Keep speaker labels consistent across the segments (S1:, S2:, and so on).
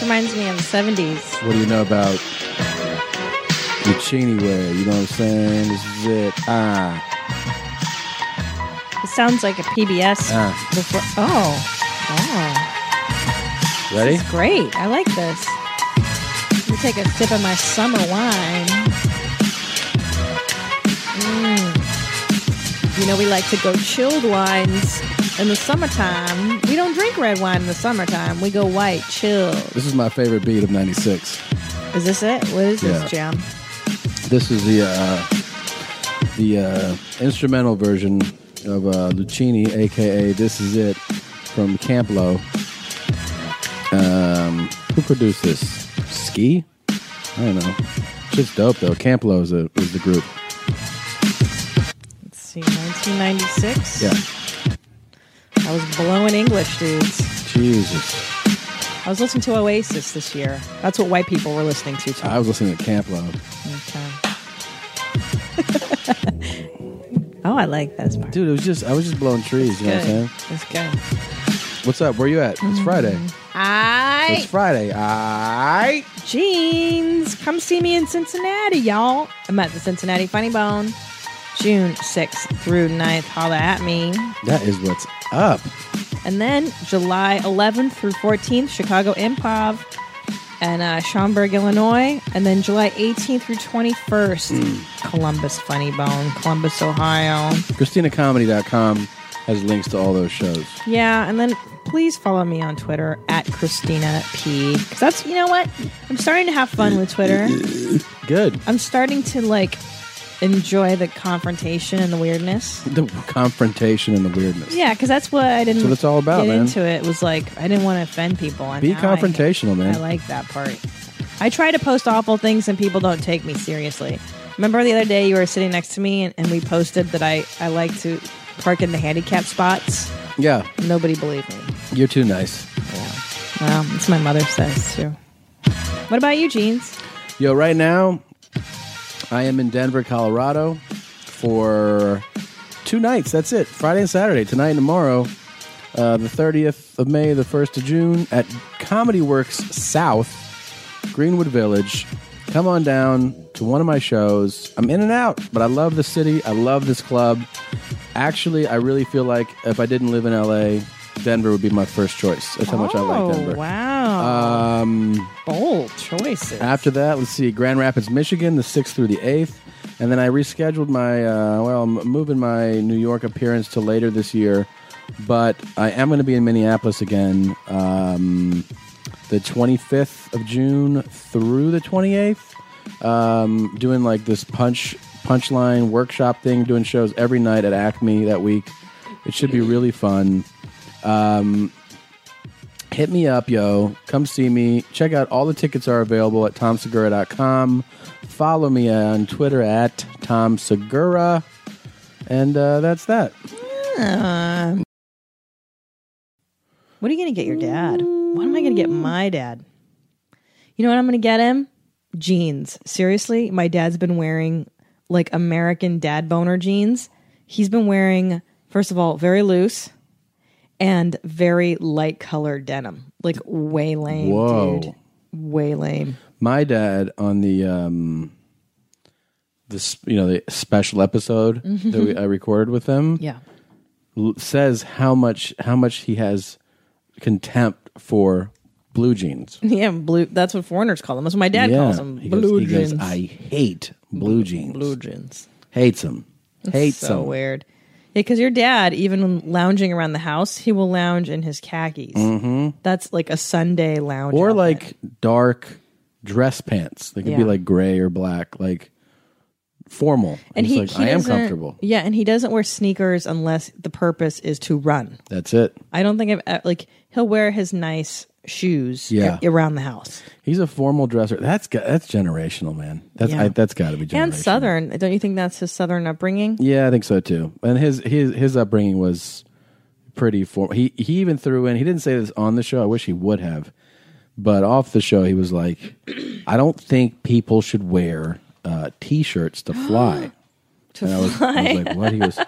S1: reminds me of the 70s.
S2: What do you know about the Cheney way? You know what I'm saying? This is it. Ah,
S1: It sounds like a PBS.
S2: ah.
S1: Before, oh, wow.
S2: Ready?
S1: It's great. I like this. Let me take a sip of my summer wine. Mm. You know, we like to go chilled wines in the summertime. We don't drink red wine in the summertime. We go white, chilled.
S2: This is my favorite beat of '96.
S1: Is this it? What is
S2: Yeah.
S1: this, Jam?
S2: This is the uh, the uh, instrumental version of uh, Lucini, aka "This Is It" from Camp Lo. Um, who produced this? Ski? I don't know. Shit's dope though. Camp Lo is, a, is the group.
S1: Let's see, 1996?
S2: Yeah.
S1: I was blowing English, dudes.
S2: Jesus.
S1: I was listening to Oasis this year. That's what white people were listening to, too.
S2: I was listening to Camp Lo.
S1: Okay. oh, I like that part.
S2: Dude, it was just I was just blowing trees. You know what I'm saying?
S1: It's good.
S2: What's up? Where you at? It's Friday. It's
S1: I
S2: Friday. I.
S1: jeans. Come see me in Cincinnati, y'all. I'm at the Cincinnati Funny Bone, June 6th through 9th. Holla at me.
S2: That is what's up.
S1: And then July 11th through 14th, Chicago Improv and uh, Schaumburg, Illinois. And then July 18th through 21st, Columbus Funny Bone, Columbus, Ohio.
S2: ChristinaComedy.com has links to all those shows.
S1: Yeah, and then please follow me on Twitter at Christina P. Because that's, you know what? I'm starting to have fun with Twitter.
S2: Good.
S1: I'm starting to like enjoy the confrontation and the weirdness.
S2: The confrontation and the weirdness.
S1: Yeah, because that's what I didn't.
S2: That's what it's all about,
S1: Get
S2: man.
S1: into it was like I didn't want to offend people. And
S2: Be
S1: now I-
S2: confrontational, man.
S1: I like that part. I try to post awful things and people don't take me seriously. Remember the other day you were sitting next to me and, and we posted that I I like to park in the handicap spots.
S2: Yeah,
S1: Nobody believed me.
S2: you're too nice.
S1: Well, that's what my mother says too. What about you, jeans?
S2: Yo, right now, I am in Denver, Colorado for two nights. That's it. Friday and Saturday, tonight and tomorrow. Uh, the 30th of May, the 1st of June at Comedy Works South, Greenwood Village. Come on down to one of my shows. I'm in and out, but I love the city. I love this club. Actually, I really feel like if I didn't live in LA, Denver would be my first choice. That's how much I
S1: Oh,
S2: like Denver.
S1: wow!
S2: Um,
S1: Bold choices.
S2: after that, let's see, Grand Rapids, Michigan, the 6th through the 8th. And then I rescheduled my, uh, well, I'm moving my New York appearance to later this year. But I am going to be in Minneapolis again um, the 25th of June through the 28th. Um, doing like this punch punchline workshop thing, doing shows every night at Acme that week. It should be really fun hit me up, yo. Come see me. Check out all the tickets are available at tomsegura.com. Follow me on Twitter at tomsegura. And uh, that's that. Um,
S1: what are you going to get your dad? What am I going to get my dad? You know what I'm going to get him? Jeans. Seriously, my dad's been wearing like American dad boner jeans. He's been wearing, first of all, very loose and very light colored denim. Like way lame,
S2: Whoa.
S1: dude. Way lame.
S2: My dad on the um this you know the special episode that we, I recorded with him
S1: Mm-hmm. Yeah.
S2: l- says how much how much he has contempt for blue jeans.
S1: Yeah, blue. That's what foreigners call them. That's what my dad calls them.
S2: He goes-
S1: blue
S2: he
S1: jeans.
S2: goes, I hate blue jeans.
S1: blue jeans.
S2: Hates them. Hates
S1: so
S2: them.
S1: weird. Yeah, because your dad, even when lounging around the house, he will lounge in his khakis. Mm-hmm. That's like a Sunday lounge.
S2: or
S1: outfit.
S2: like dark dress pants. They could be
S1: Yeah.
S2: like gray or black, like formal.
S1: and
S2: It's
S1: he,
S2: like,
S1: he
S2: I am
S1: doesn't-
S2: comfortable.
S1: Yeah, and he doesn't wear sneakers unless the purpose is to run.
S2: That's it.
S1: I don't think I've uh, like he'll wear his nice shoes
S2: Yeah.
S1: a- around the house.
S2: He's a formal dresser. That's got, that's generational, man. That's
S1: Yeah.
S2: I, that's got to be generational.
S1: And southern, don't you think that's his southern upbringing?
S2: Yeah, I think so too. And his his his upbringing was pretty formal. He he even threw in. He didn't say this on the show. I wish he would have. But off the show, he was like, "I don't think people should wear uh, t-shirts to fly."
S1: To
S2: And I was, I was like, what? He was,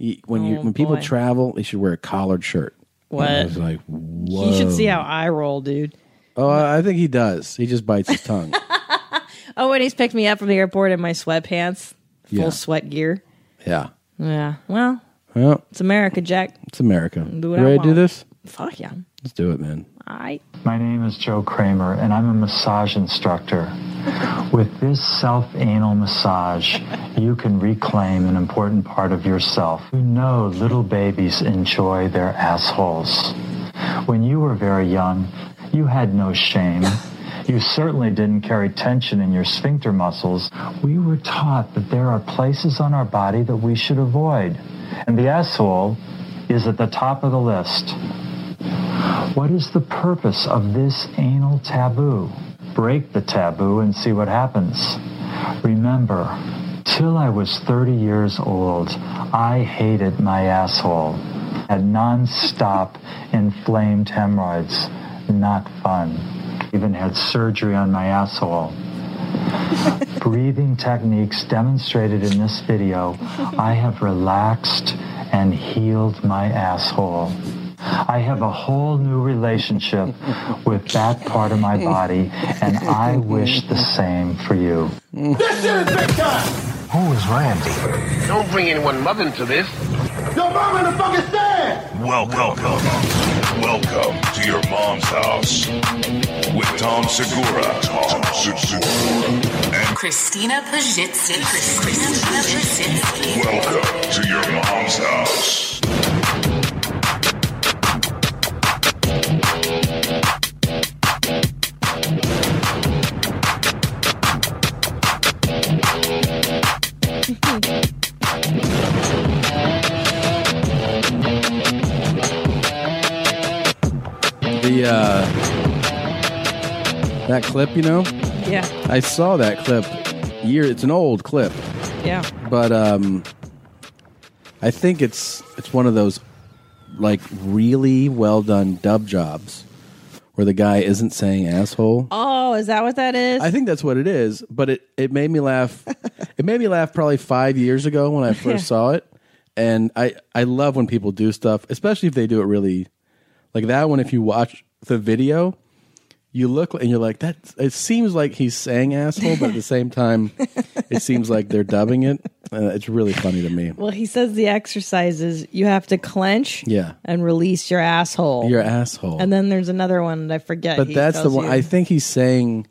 S2: he- when you
S1: Oh,
S2: when people
S1: boy.
S2: travel, they should wear a collared shirt. And I
S1: What?
S2: was like, whoa.
S1: You should see how I roll, dude.
S2: Oh, I I think he does. He just bites his tongue.
S1: Oh, when he's picked me up from the airport in my sweatpants, full
S2: Yeah.
S1: sweat gear.
S2: yeah.
S1: Yeah. Well,
S2: Well,
S1: it's America, Jack.
S2: it's America.
S1: Do
S2: You
S1: what I
S2: ready to do
S1: want.
S2: this?
S1: Fuck yeah.
S2: Let's do it, man.
S1: I.
S3: My name is Joe Kramer, and I'm a massage instructor. With this self anal massage, you can reclaim an important part of yourself. You know little babies enjoy their assholes. When you were very young, you had no shame. You certainly didn't carry tension in your sphincter muscles. We were taught that there are places on our body that we should avoid, and the asshole is at the top of the list. What is the purpose of this anal taboo? Break the taboo and see what happens. Remember, till I was 30 years old, I hated my asshole. Had non-stop inflamed hemorrhoids. Not fun. Even had surgery on my asshole breathing techniques demonstrated in this video, I have relaxed and healed my asshole. I have a whole new relationship with that part of my body, and I wish the same for you.
S4: This shit is big time.
S3: Who is Randy?
S5: Don't bring anyone mother into this.
S4: Your mom in the fucking stand.
S6: Welcome. Welcome to your mom's house with Tom Segura. Tom Segura. And
S7: Christina Pajitsky. Christina Pajitsky.
S6: welcome to your mom's house.
S2: The uh, that clip, you know,
S1: Yeah.
S2: I saw that clip. Year, it's an old clip,
S1: Yeah.
S2: but um, I think it's it's one of those like really well done dub jobs where the guy isn't saying asshole.
S1: Oh, is that what that is?
S2: I think that's what it is, but it, it made me laugh. it made me laugh probably five years ago when I first saw it. And I, I love when people do stuff, especially if they do it really like that one. If you watch the video, you look and you're like, that it seems like he's saying asshole, but at the same time, it seems like they're dubbing it. Uh, it's really funny to me.
S1: well, he says the exercises you have to clench
S2: Yeah.
S1: and release your asshole.
S2: You're asshole.
S1: and then there's another one that I forget.
S2: but
S1: he
S2: that's the
S1: tells
S2: one
S1: you.
S2: I think he's saying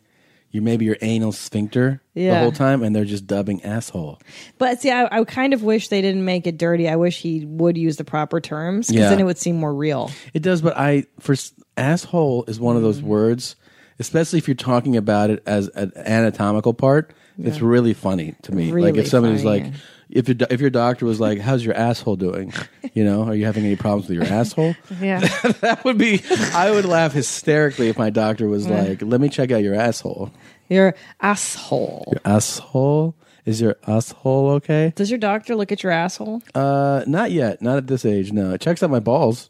S2: you maybe your anal sphincter the
S1: Yeah.
S2: whole time and they're just dubbing asshole.
S1: But see, I, I kind of wish they didn't make it dirty. I wish he would use the proper terms because
S2: Yeah.
S1: then it would seem more real.
S2: It does, but I for s- asshole is one of those words, especially if you're talking about it as an anatomical part. It's really funny to me. like
S1: Really
S2: if somebody's
S1: funny,
S2: like, if your do- if your doctor was like, "How's your asshole doing?" You know, are you having any problems with your asshole?
S1: Yeah.
S2: that would be. I would laugh hysterically if my doctor was like, "Let me check out your asshole."
S1: your asshole.
S2: Asshole. Is your asshole okay?
S1: Does your doctor look at your asshole?
S2: Uh, not yet. Not at this age. No. It checks out my balls.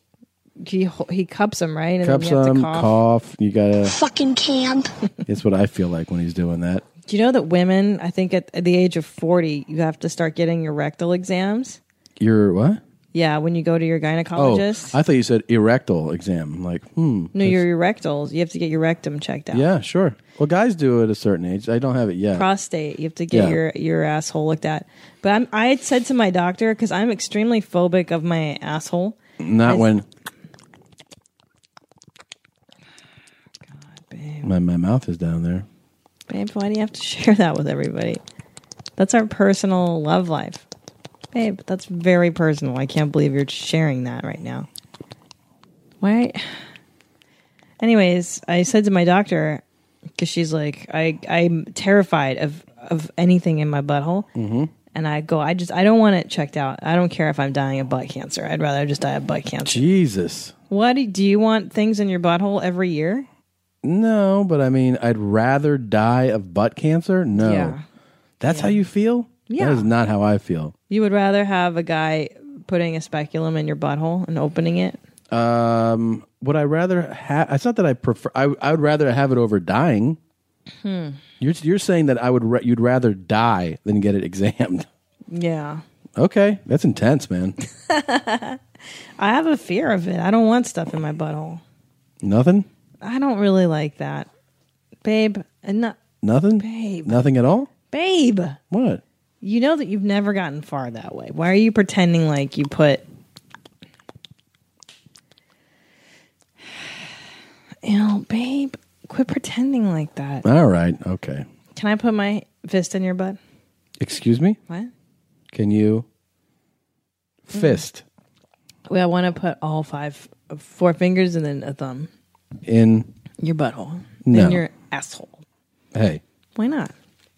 S1: He he cups him right, and
S2: Cups
S1: then you have
S2: them.
S1: to
S2: Cough.
S1: cough.
S2: You gotta.
S8: fucking camp.
S2: It's what I feel like when he's doing that.
S1: Do you know that women? I think at, at the age of forty, you have to start getting your rectal exams.
S2: Your what?
S1: Yeah, when you go to your
S2: Oh,
S1: gynecologist.
S2: I thought you said erectile exam. I'm like, hmm.
S1: no, your rectals. You have to get your rectum checked out.
S2: Yeah, sure. Well, guys do it at a certain age. I don't have it yet.
S1: prostate. You have to get
S2: Yeah.
S1: your your asshole looked at. But I'm, I had said to my doctor because I'm extremely phobic of my asshole.
S2: Not when. My, my mouth is down there.
S1: Babe, why do you have to share that with everybody? That's our personal love life. Babe, that's very personal. I can't believe you're sharing that right now. Why? Anyways, I said to my doctor because she's like, I I'm terrified of of anything in my butthole, mm-hmm. and I go, I just I don't want it checked out. I don't care if I'm dying of butt cancer. I'd rather just die of butt cancer.
S2: Jesus.
S1: What do- do you want things in your butthole every year?
S2: No, but I mean, I'd rather die of butt cancer. No.
S1: Yeah.
S2: That's how you feel?
S1: Yeah.
S2: That is not how I feel.
S1: You would rather have a guy putting a speculum in your butthole and opening it?
S2: Um, would I rather have? It's not that I prefer. I I would rather have it over dying.
S1: Hmm.
S2: You're you're saying that I would ra- you'd rather die than get it examined.
S1: Yeah.
S2: Okay, that's intense, man.
S1: I have a fear of it. I don't want stuff in my butthole.
S2: Nothing.
S1: I don't really like that, babe. And not,
S2: Nothing?
S1: Babe.
S2: Nothing at all?
S1: babe.
S2: What?
S1: You know that you've never gotten far that way. Why are you pretending like you put? You know, babe, quit pretending like that.
S2: All right. Okay.
S1: Can I put my fist in your butt?
S2: Excuse me?
S1: What?
S2: Can you fist
S1: Well, I want to put all five, four fingers and then a thumb.
S2: in?
S1: Your butthole.
S2: No.
S1: And your asshole.
S2: Hey.
S1: Why not?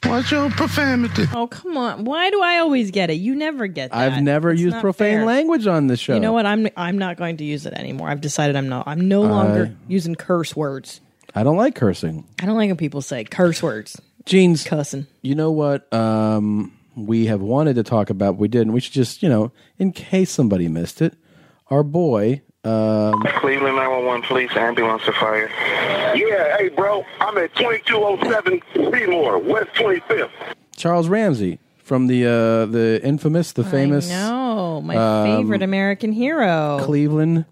S8: Watch your profanity.
S1: Oh, come on. Why do I always get it? You never get that.
S2: I've never
S1: It's
S2: used
S1: not
S2: profane
S1: fair.
S2: language on this show.
S1: You know what? I'm I'm not going to use it anymore. I've decided I'm not. I'm no longer using curse words.
S2: I don't like cursing.
S1: I don't like when people say curse words.
S2: Jeans.
S1: Cussing.
S2: You know what? Um, we have wanted to talk about, we didn't. We should just, you know, in case somebody missed it, our boy. Um,
S9: Cleveland 911 police ambulance to fire.
S4: Yeah, hey, bro. I'm at 2207 Seymour, West 25th.
S2: Charles Ramsey from the uh, the infamous, the famous
S1: No, my
S2: um,
S1: favorite American hero.
S2: Cleveland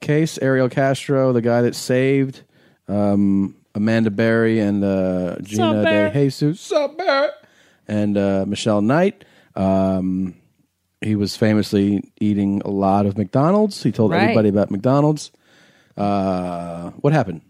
S2: case. Ariel Castro, the guy that saved um, Amanda Berry and uh, Gina
S1: Bear?
S2: De Jesus, Sup, Bear? and uh, Michelle Knight. Um, he was famously eating a lot of McDonald's. He told
S1: Right.
S2: everybody about McDonald's. Uh, what happened?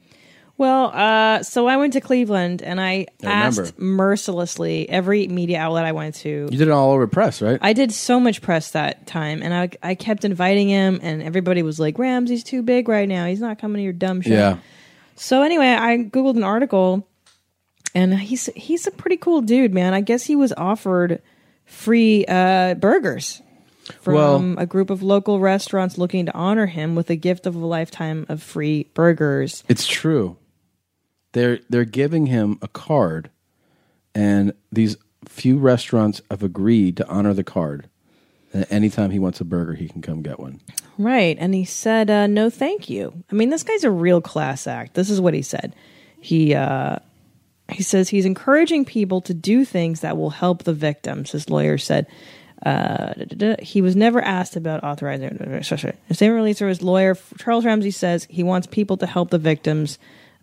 S1: Well, uh, so I went to Cleveland and I,
S2: I remember.
S1: asked mercilessly every media outlet I went to.
S2: You did it all over press, right?
S1: I did so much press that time, and I I kept inviting him, and everybody was like, "Ramsey's too big right now. He's not coming to your dumb show."
S2: yeah.
S1: So anyway, I googled an article, and he's he's a pretty cool dude, man. I guess he was offered free uh, burgers from
S2: Well-
S1: a group of local restaurants looking to honor him with a gift of a lifetime of free burgers.
S2: It's true. They're they're giving him a card, and these few restaurants have agreed to honor the card. And anytime he wants a burger, he can come get one.
S1: Right, and he said, uh, "No, thank you." I mean, this guy's a real class act. This is what he said. He uh, he says he's encouraging people to do things that will help the victims. His lawyer said uh, da, da, da. he was never asked about authorizing. The same release for his lawyer, Charles Ramsey says he wants people to help the victims,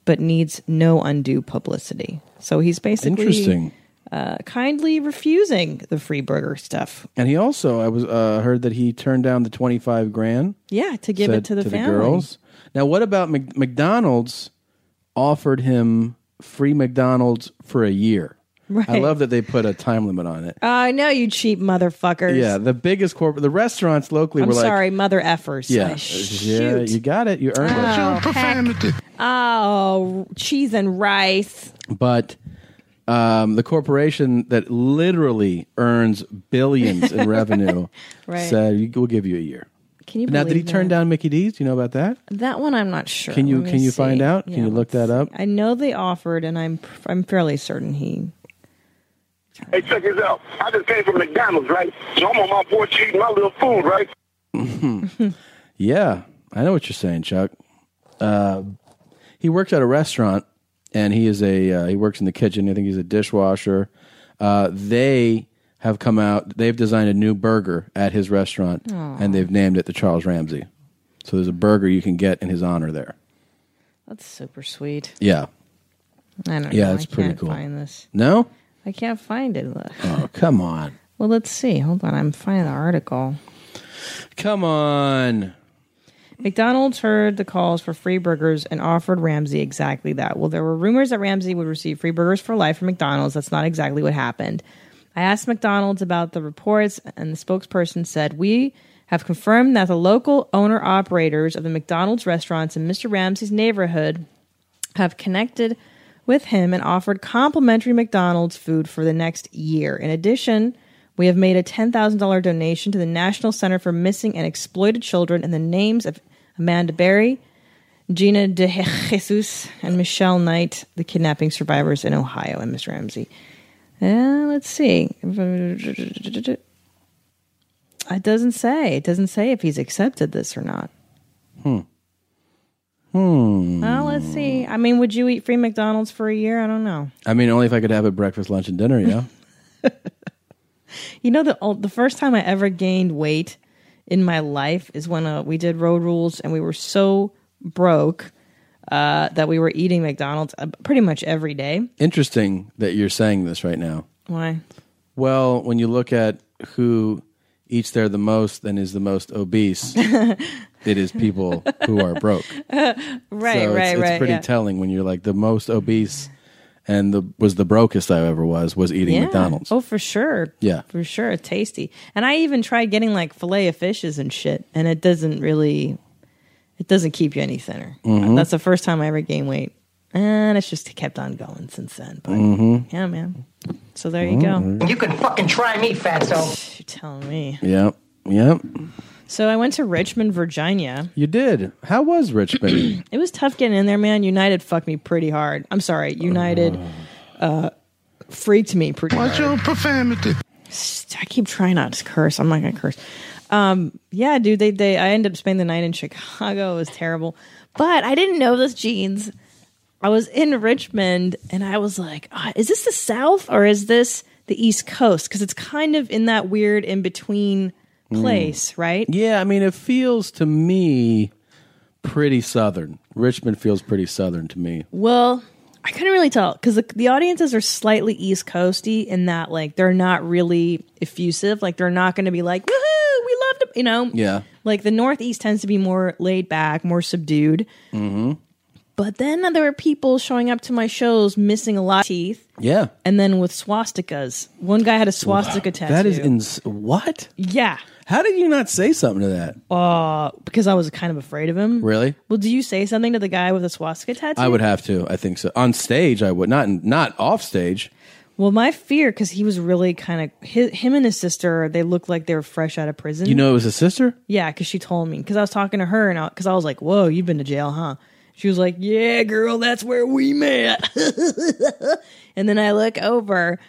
S1: but needs no undue publicity. So he's basically
S2: Interesting.
S1: uh, kindly refusing the free burger stuff.
S2: And he also, I was uh, heard that he turned down the twenty five grand.
S1: Yeah, to give
S2: said
S1: it to the family.
S2: girls. Now, what about Mc- McDonald's? Offered him free McDonald's for a year. I
S1: Right.
S2: love that they put a time limit on it.
S1: I know you cheap motherfuckers.
S2: yeah, the biggest corporate, the restaurants locally
S1: I'm
S2: were like,
S1: sorry, mother effers.
S2: yeah,
S1: Uh,
S2: yeah,
S1: shoot.
S2: you got it, you earned it.
S8: Your profanity.
S1: oh, cheese and rice.
S2: but um, the corporation that literally earns billions in revenue
S1: Right.
S2: said "You- we'll give you a year.
S1: Can you
S2: Now, did he
S1: believe
S2: turn
S1: that?
S2: down Mickey D's? Do you know about that?
S1: that one? I'm not sure.
S2: Can you-
S1: Let me
S2: can you
S1: see.
S2: find out? Can you look
S1: let's
S2: that up?
S1: see. I know they offered, and I'm I'm fairly certain he.
S4: Hey, check this out. I just came from McDonald's, right? So I'm on my porch eating my little food, right?
S2: Yeah, I know what you're saying, Chuck. Uh, he works at a restaurant, and he is a uh, he works in the kitchen. I think he's a dishwasher. Uh, they have come out. They've designed a new burger at his restaurant, and they've named it the Charles Ramsey. So there's a burger you can get in his honor there.
S1: That's super sweet.
S2: Yeah.
S1: I don't.
S2: Yeah,
S1: know.
S2: it's
S1: I
S2: pretty
S1: can't
S2: cool.
S1: Find this.
S2: No?
S1: I can't find it. Look.
S2: Oh, come on.
S1: Well, let's see. Hold on. I'm finding the article.
S2: Come on.
S1: McDonald's heard the calls for free burgers and offered Ramsey exactly that. Well, there were rumors that Ramsey would receive free burgers for life from McDonald's. That's not exactly what happened. I asked McDonald's about the reports, and the spokesperson said, We have confirmed that the local owner operators of the McDonald's restaurants in Mr. Ramsey's neighborhood have connected with him and offered complimentary McDonald's food for the next year. In addition, we have made a $10,000 donation to the National Center for Missing and Exploited Children in the names of Amanda Berry, Gina De Jesus, and Michelle Knight, the kidnapping survivors in Ohio, and Miss Ramsey. Uh, let's see. It doesn't say. It doesn't say if he's accepted this or not. Hmm. Hmm. Well, let's see. I mean, would you eat free McDonald's for a year? I don't know.
S2: I mean, only if I could have it breakfast, lunch, and dinner, yeah?
S1: You know, the old- the first time I ever gained weight in my life is when uh, we did road rules, and we were so broke. uh, that we were eating McDonald's uh, pretty much every day.
S2: Interesting that you're saying this right now.
S1: Why?
S2: Well, when you look at who eats there the most and is the most obese, it is people who are broke.
S1: Right,
S2: so it's,
S1: right,
S2: it's
S1: right.
S2: pretty
S1: yeah.
S2: telling when you're like the most obese and the was the brokest I ever was was eating
S1: Yeah.
S2: McDonald's.
S1: Oh, for sure.
S2: Yeah.
S1: for sure. Tasty. And I even tried getting like fillet of fishes and shit, and it doesn't really, it doesn't keep you any thinner.
S2: Mm-hmm.
S1: That's the first time I ever gained weight, and it's just kept on going since then. But
S2: Mm-hmm.
S1: yeah, man. So there you go.
S7: You can fucking try me, fatso.
S1: You're telling me.
S2: Yep. Yep.
S1: So I went to Richmond, Virginia.
S2: You did. How was Richmond?
S1: It was tough getting in there, man. United fucked me pretty hard. I'm sorry, United. Uh, freaked me pretty hard.
S8: Watch your profanity.
S1: I keep trying not to curse. I'm not gonna curse. Um, yeah, dude, they they I ended up spending the night in Chicago. It was terrible. But I didn't know those jeans. I was in Richmond and I was like, "Ah, is this the South or is this the East Coast? Because it's kind of in that weird in between place, right?
S2: yeah, I mean it feels to me pretty southern. Richmond feels pretty southern to me.
S1: Well, I couldn't really tell because the, the audiences are slightly East Coasty in that like they're not really effusive. Like they're not going to be like, "Woohoo, we loved it," you know?
S2: Yeah.
S1: Like the Northeast tends to be more laid back, more subdued. Mm-hmm. But then there were people showing up to my shows missing a lot of teeth,
S2: Yeah.
S1: and then with swastikas. One guy had a swastika tattoo.
S2: That is ins- what?
S1: yeah.
S2: How did you not say something to that?
S1: Because I was kind of afraid of him.
S2: Really?
S1: Well, do you say something to the guy with a swastika tattoo?
S2: I would have to. I think so. On stage, I would not. Not off stage.
S1: Well, my fear because he was really kind of him and his sister. They looked like they were fresh out of prison.
S2: You know, it was a sister.
S1: yeah, because she told me because I was talking to her and because I, was like, "Whoa, you've been to jail, huh?" She was like, "Yeah, girl, that's where we met." and then I look over,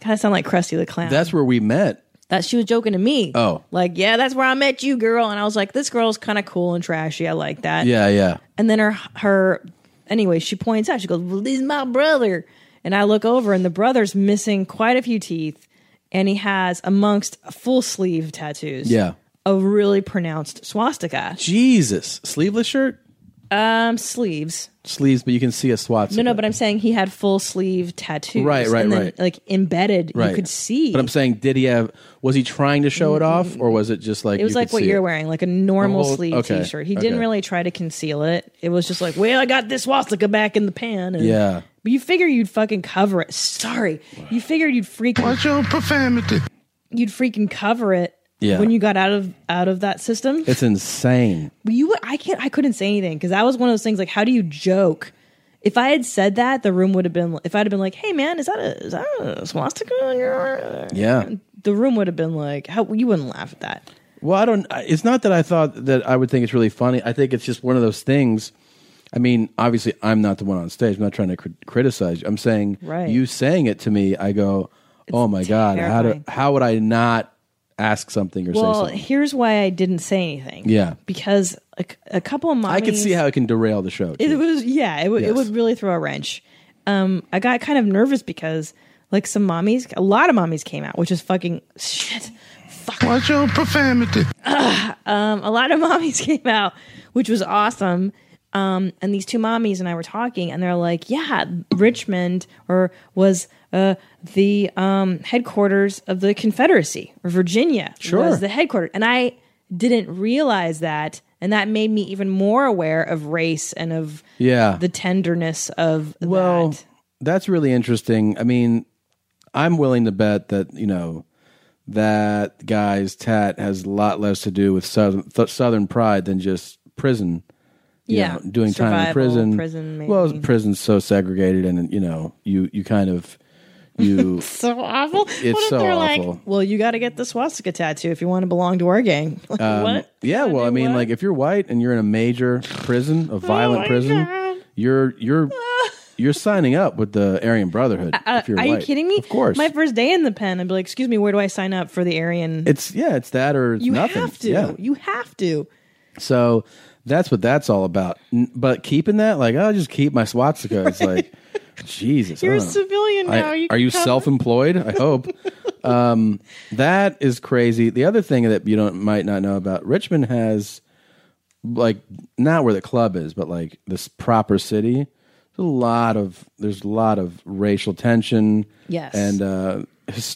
S1: kind of sound like Krusty the Clown.
S2: That's where we met.
S1: that she was joking to me.
S2: Oh.
S1: like yeah, that's where I met you, girl. And I was like, "This girl's kind of cool and trashy. I like that."
S2: Yeah, yeah.
S1: And then her her anyway, she points out, she goes, Well, he's my brother. And I look over and the brother's missing quite a few teeth, and he has amongst a full sleeve of tattoos.
S2: Yeah.
S1: A really pronounced swastika.
S2: Jesus, sleeveless shirt,
S1: Um sleeves.
S2: sleeves, but you can see a swastika.
S1: No, no, but I'm saying he had full sleeve tattoos.
S2: Right, right,
S1: and then,
S2: right.
S1: Like embedded,
S2: Right.
S1: you could see.
S2: But I'm saying, did he have? Was he trying to show it off, or was it just like
S1: it was
S2: you
S1: like
S2: could
S1: what
S2: see
S1: you're
S2: it?
S1: wearing, like a normal
S2: A whole-
S1: sleeve
S2: okay,
S1: t-shirt. He didn't
S2: okay.
S1: really try to conceal it. It was just like, well, I got this swastika back in the pan. And,
S2: Yeah.
S1: But you figure you'd fucking cover it. Sorry, you figured you'd freaking
S8: Watch your profanity.
S1: you'd freaking cover it
S2: Yeah.
S1: when you got out of out of that system.
S2: It's insane.
S1: But you, would- I can't, I couldn't say anything because that was one of those things. Like, how do you joke? If I had said that, the room would have been. If I'd have been like, "Hey, man, is that a, is that a swastika on your?" arm?"
S2: Yeah.
S1: The room would have been like, "How you wouldn't laugh at that."
S2: Well, I don't. I- It's not that I thought that I would think it's really funny. I think it's just one of those things. I mean, obviously, I'm not the one on stage. I'm not trying to cr- criticize you. I'm saying
S1: Right.
S2: you saying it to me. I go, oh my god, how do
S1: terrifying.
S2: how would I not ask something or say
S1: Well,
S2: something?
S1: here's why I didn't say anything.
S2: Yeah.
S1: because a, c- a couple of mommies.
S2: I can see how it can derail the show.
S1: it
S2: too.
S1: was. Yeah, it, w- it
S2: Yes.
S1: would really throw a wrench. Um, I got kind of nervous because like some mommies, a lot of mommies came out, which is fucking shit.
S8: Watch your profanity.
S1: Um, a lot of mommies came out, which was awesome. Um, and these two mommies and I were talking, and they're like, "Yeah, Richmond or was uh, the um, headquarters of the Confederacy, or Virginia
S2: Sure.
S1: was the headquarters." And I didn't realize that, and that made me even more aware of race and of
S2: Yeah.
S1: the tenderness of
S2: Well,
S1: that.
S2: that's really interesting. I mean, I'm willing to bet that you know that guy's tat has a lot less to do with southern th- southern pride than just prison. you
S1: Yeah,
S2: know, doing time in
S1: survival,
S2: prison.
S1: prison, maybe.
S2: Well, prison's so segregated, and you know, you you kind of you.
S1: So awful.
S2: It's so awful.
S1: Like, well, you got to get the swastika tattoo if you want to belong to our gang. Like,
S2: Um,
S1: what? Oh
S2: Yeah, well, I mean, like if you're white and you're in a major prison, a violent
S1: my
S2: prison,
S1: God.
S2: you're you're you're signing up with the Aryan Brotherhood. if you're
S1: Uh, Are you
S2: white.
S1: kidding me?
S2: Of course.
S1: My first day in the pen, I'd be like, "Excuse me, where do I sign up for the Aryan?"
S2: It's yeah, it's that or it's
S1: you
S2: nothing.
S1: have to.
S2: Yeah.
S1: You have to.
S2: So that's what that's all about. N- But keeping that, like, I'll just keep my swastika. It's like, Jesus, I
S1: You're a
S2: don't know.
S1: civilian
S2: I-
S1: now. you
S2: are you
S1: come-
S2: self-employed? I hope. um, that is crazy. The other thing that you don't might not know about Richmond has like not where the club is, but like this proper city. There's a lot of there's a lot of racial tension.
S1: Yes.
S2: and uh,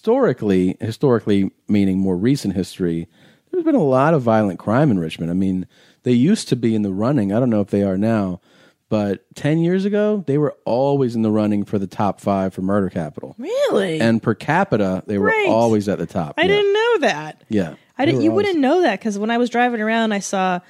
S2: historically, historically meaning more recent history, there's been a lot of violent crime in Richmond. I mean, they used to be in the running. I don't know if they are now, but ten years ago, they were always in the running for the top five for murder capital.
S1: Really?
S2: And per capita, they were
S1: Right.
S2: always at the top.
S1: I
S2: yeah.
S1: didn't know that.
S2: Yeah,
S1: I
S2: They
S1: didn't,
S2: were
S1: you
S2: always-
S1: wouldn't know that because when I was driving around, I saw,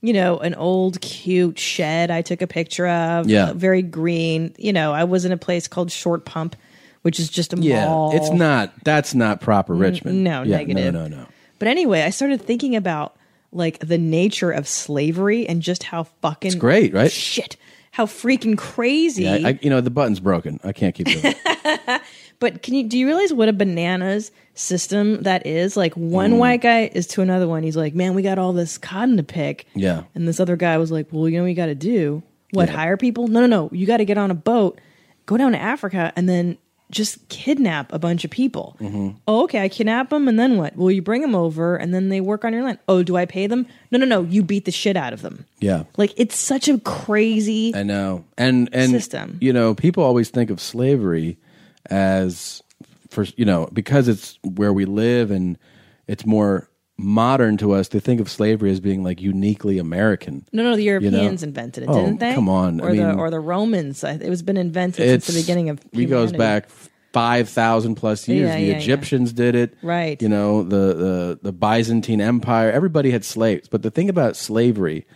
S1: you know, an old cute shed I took a picture of.
S2: Yeah.
S1: uh, Very green. You know, I was in a place called Short Pump, which is just a
S2: Yeah,
S1: mall.
S2: it's not. That's not proper Richmond.
S1: no,
S2: yeah,
S1: negative.
S2: No, no, no.
S1: But anyway, I started thinking about like the nature of slavery and just how fucking
S2: It's great, right?
S1: shit, how freaking crazy.
S2: Yeah, I, you know the button's broken. I can't keep doing it.
S1: But can you do you realize what a bananas system that is? Like one
S2: Mm.
S1: white guy is to another one. He's like, "Man, we got all this cotton to pick."
S2: Yeah.
S1: And this other guy was like, "Well, you know, what you got to do what?
S2: Yeah.
S1: Hire people? No, no, no. You got to get on a boat, go down to Africa, and then just kidnap a bunch of people."
S2: Mm-hmm.
S1: Oh, okay. I kidnap them, and then what? Well, you bring them over, and then they work on your land. Oh, do I pay them? No, no, no. You beat the shit out of them.
S2: Yeah.
S1: Like it's such a crazy.
S2: I know. And and
S1: System.
S2: you know, people always think of slavery as for you know, because it's where we live and it's more modern to us, they think of slavery as being like uniquely American.
S1: No, no, the Europeans
S2: know?
S1: invented it,
S2: Oh,
S1: didn't they?
S2: come on. I
S1: or the
S2: mean-
S1: or the Romans. I- It was been invented since the beginning of.
S2: He goes
S1: humanity.
S2: back five thousand plus years.
S1: Yeah,
S2: the
S1: yeah, yeah.
S2: Egyptians did it,
S1: Right.
S2: You know the the the Byzantine Empire. Everybody had slaves, but the thing about slavery,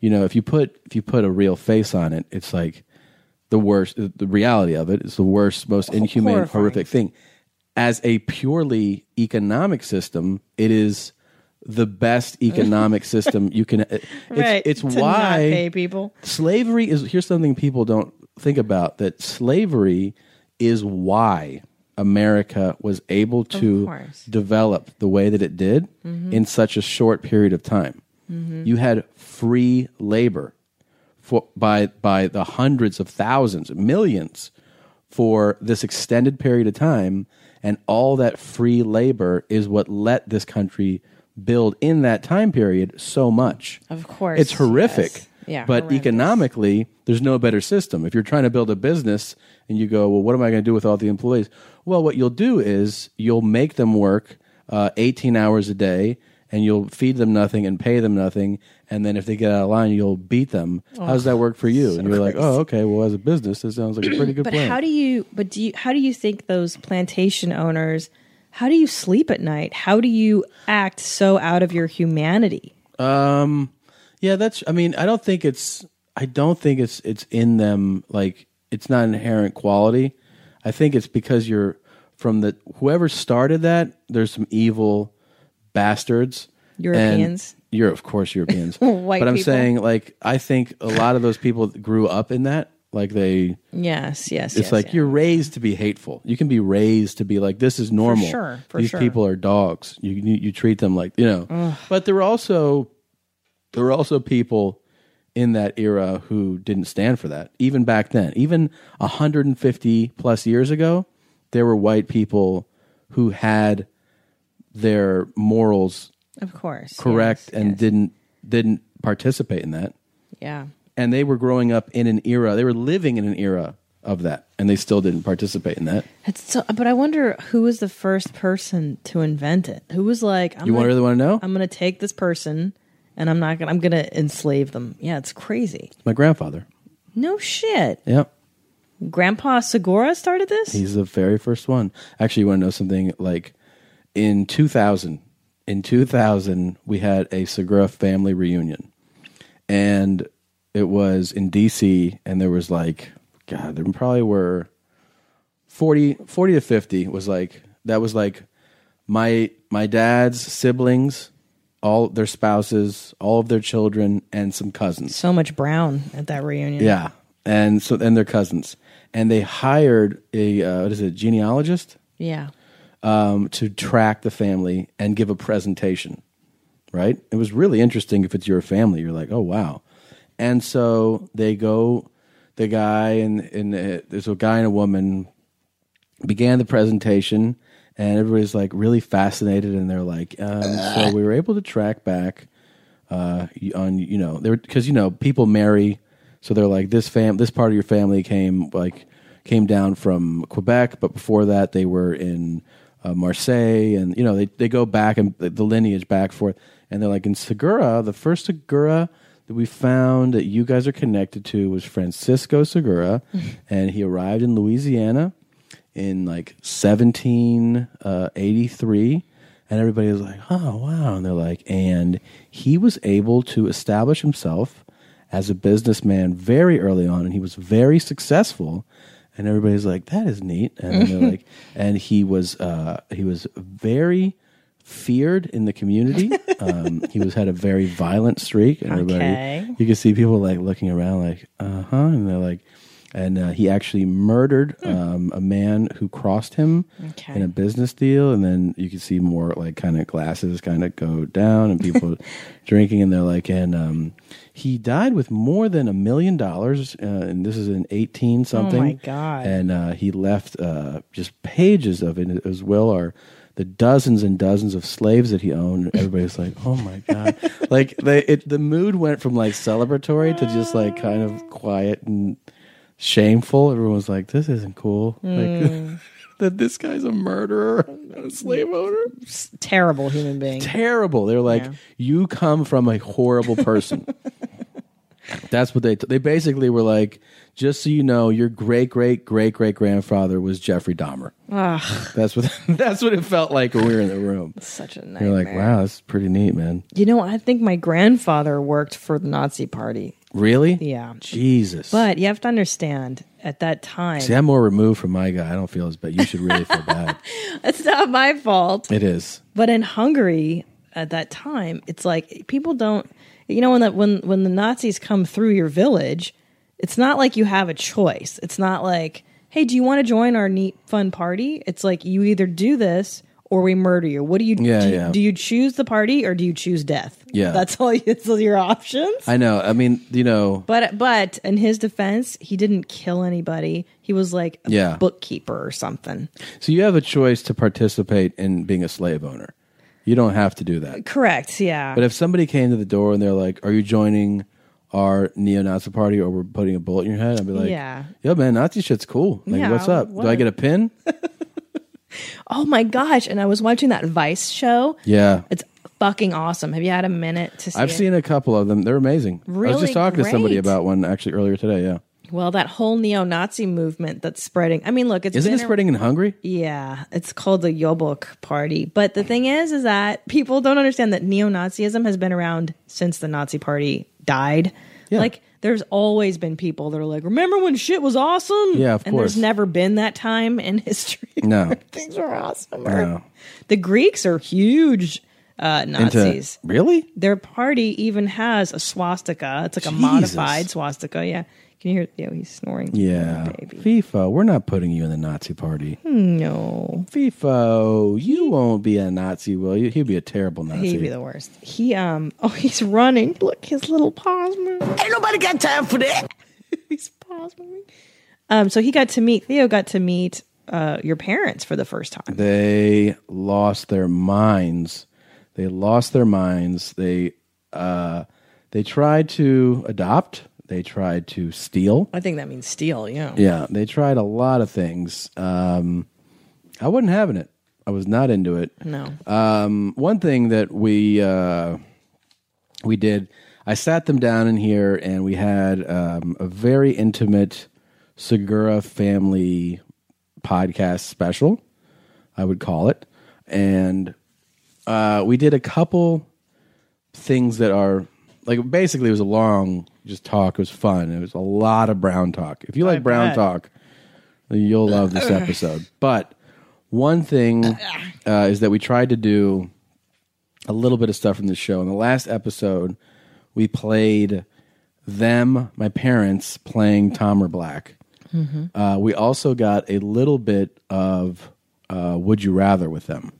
S2: you know, if you put if you put a real face on it, it's like the worst. The reality of it is the worst, most inhumane,
S1: horrifying.
S2: horrific thing. As a purely economic system, it is the best economic system you can. uh, It's,
S1: Right,
S2: it's
S1: to
S2: why
S1: not pay people.
S2: slavery is here's something people don't think about that slavery is why America was able to
S1: course. Mm-hmm.
S2: develop the way that it did in such a short period of time. You had free labor for by by the hundreds of thousands, millions for this extended period of time and all that free labor is what let this country build in that time period so much.
S1: Of course,
S2: It's horrific.
S1: yes. Yeah,
S2: But
S1: horrendous.
S2: economically, there's no better system. If you're trying to build a business and you go, well, what am I going to do with all the employees? Well, what you'll do is you'll make them work uh, 18 hours a day and you'll feed them nothing and pay them nothing. And then if they get out of line, you'll beat them.
S1: Oh,
S2: How does that work for you? and you're like, oh, okay, well, as a business, this sounds like a pretty good
S1: But
S2: plan.
S1: how do you? But do you? How do you think those plantation owners? How do you sleep at night? How do you act so out of your humanity?
S2: Yeah, that's. I mean, I don't think it's. I don't think it's. It's in them. Like it's not an inherent quality. I think it's because you're from the whoever started that. There's some evil bastards. and
S1: Europeans.
S2: You're of course Europeans.
S1: White
S2: but I'm
S1: people.
S2: saying like I think a lot of those people grew up in that. Like they
S1: Yes, yes.
S2: it's
S1: yes,
S2: like
S1: yeah.
S2: you're raised to be hateful. You can be raised to be like this is normal.
S1: sure, for
S2: These
S1: sure.
S2: people are dogs. You, you you treat them like you know. But there were also there were also people in that era who didn't stand for that. Even back then, even 150 plus years ago, there were white people who had their morals
S1: of course
S2: correct
S1: yes,
S2: and
S1: yes.
S2: didn't didn't participate in that
S1: yeah.
S2: and they were growing up in an era they were living in an era of that and they still didn't participate in that
S1: It's so, but I wonder who was the first person to invent it. Who was like, I'm
S2: you
S1: gonna-
S2: want really want to know
S1: I'm going to take this person and I'm not going to I'm going to enslave them. Yeah, it's crazy.
S2: my grandfather
S1: No shit.
S2: yep
S1: Grandpa Segura started this?
S2: he's the very first one actually you want to know something like in 2000 in 2000 we had a segura family reunion and it was in dc and there was like god there probably were 40, 40 to 50 was like that was like my my dad's siblings all their spouses all of their children and some cousins
S1: so much brown at that reunion.
S2: yeah and so and their cousins and they hired a uh, what is it genealogist
S1: Yeah.
S2: um, to track the family and give a presentation, right? It was really interesting if it's your family. You're like, oh, wow. And so they go, the guy and, and uh, there's a guy and a woman began the presentation, and everybody's like really fascinated. And they're like, um, so we were able to track back uh, on you know they're because you know people marry, so they're like this fam this part of your family came like came down from Quebec, but before that they were in uh, Marseille, and you know they they go back and the the lineage back forth, and they're like in Segura, the first Segura that we found that you guys are connected to was Francisco Segura, and he arrived in Louisiana in like 1783 and everybody was like oh wow and they're like and he was able to establish himself as a businessman very early on and he was very successful and everybody's like that is neat and they're like and he was uh, he was very feared in the community um, he was had a very violent streak and everybody
S1: Okay.
S2: you can see people like looking around like uh-huh and they're like and uh, he actually murdered um, a man who crossed him
S1: Hmm. Okay.
S2: in a business deal and then you can see more like kind of glasses kind of go down and people drinking and they're like and um, he died with more than a million dollars uh, and this is in 18 something
S1: Oh, my God.
S2: and uh, he left uh, just pages of it as well are the dozens and dozens of slaves that he owned everybody's like oh my god like they, it, the mood went from like celebratory to just like kind of quiet and shameful everyone was like this isn't cool
S1: Hmm.
S2: like that this guy's a murderer and a slave owner
S1: Terrible human being.
S2: terrible they're like
S1: Yeah.
S2: you come from a horrible person That's what they they basically were like. Just so you know, your great great great great grandfather was Jeffrey Dahmer. That's what that's what it felt like when we were in the room.
S1: Such a
S2: You're
S1: nightmare.
S2: like, wow, that's pretty neat, man.
S1: You know, I think my grandfather worked for the Nazi party.
S2: Really?
S1: Yeah.
S2: Jesus.
S1: But you have to understand at that time,
S2: see, I'm more removed from my guy. I don't feel as bad. You should really feel bad.
S1: it's not my fault.
S2: It is.
S1: But in Hungary at that time, it's like people don't you know when that when when the Nazis come through your village, it's not like you have a choice. It's not like, "Hey, do you want to join our neat fun party?" It's like you either do this or we murder you. What do you
S2: Yeah,
S1: do? you-
S2: yeah.
S1: Do you choose the party or do you choose death?
S2: Yeah.
S1: That's all it's all your options.
S2: I know. I mean, you know,
S1: But but in his defense, he didn't kill anybody. He was like a
S2: Yeah.
S1: bookkeeper or something.
S2: so you have a choice to participate in being a slave owner. You don't have to do that.
S1: Correct. Yeah.
S2: But if somebody came to the door and they're like, "Are you joining our neo-Nazi party, or we're putting a bullet in your head?" I'd be like,
S1: Yeah.
S2: yo, man, Nazi shit's cool. Like,
S1: Yeah,
S2: what's up? Do I
S1: what?
S2: get a pin?"
S1: oh my gosh! And I was watching that Vice show.
S2: yeah,
S1: It's fucking awesome. Have you had a minute to see
S2: I've
S1: it?
S2: seen a couple of them. They're amazing. I was
S1: Really
S2: just talking to somebody
S1: great.
S2: about one actually earlier today. Yeah,
S1: Well, that whole neo-Nazi movement that's spreading. I mean, look, it's
S2: isn't
S1: been
S2: it spreading in Hungary?
S1: Yeah, it's called the Jobbik Party. But the thing is, is that people don't understand that neo-Nazism has been around since the Nazi Party died.
S2: Yeah.
S1: Like, there's always been people that are like, "Remember when shit was awesome?"
S2: Yeah, of
S1: and
S2: course.
S1: there's never been that time in history.
S2: No.
S1: where things were awesome.
S2: No.
S1: The Greeks are huge uh, Nazis.
S2: really?
S1: their party even has a swastika. It's like a
S2: Jesus.
S1: modified swastika. Yeah. Can you hear? Yeah, he's snoring.
S2: Yeah,
S1: Baby. Hmm.
S2: FIFA. We're not putting you in the Nazi party.
S1: No.
S2: FIFA, you won't be a Nazi, will you? He'd be a terrible Nazi.
S1: He'd be the worst. He, um, oh, he's running. Look, his little paws move.
S5: Ain't nobody got time for that.
S1: His paws moving. Um, so he got to meet, Theo got to meet, uh, your parents for the first time.
S2: they lost their minds. They lost their minds. They uh, they tried to adopt. They tried to steal.
S1: I think that means steal. Yeah.
S2: Yeah, they tried a lot of things. Um, I wasn't having it. I was not into it. Um,
S1: No.
S2: One thing that we uh, we did, I sat them down in here, and we had um, a very intimate Segura family podcast special. I would call it, and uh, we did a couple things that are like basically it was a long just talk. It was fun. It was a lot of brown talk. If you like brown
S1: bet.
S2: talk, you'll love this episode. But one thing uh, is that we tried to do a little bit of stuff from the show. In the last episode, we played them, my parents, playing Tom or Black.
S1: Mm-hmm.
S2: Uh, we also got a little bit of uh, Would You Rather with them.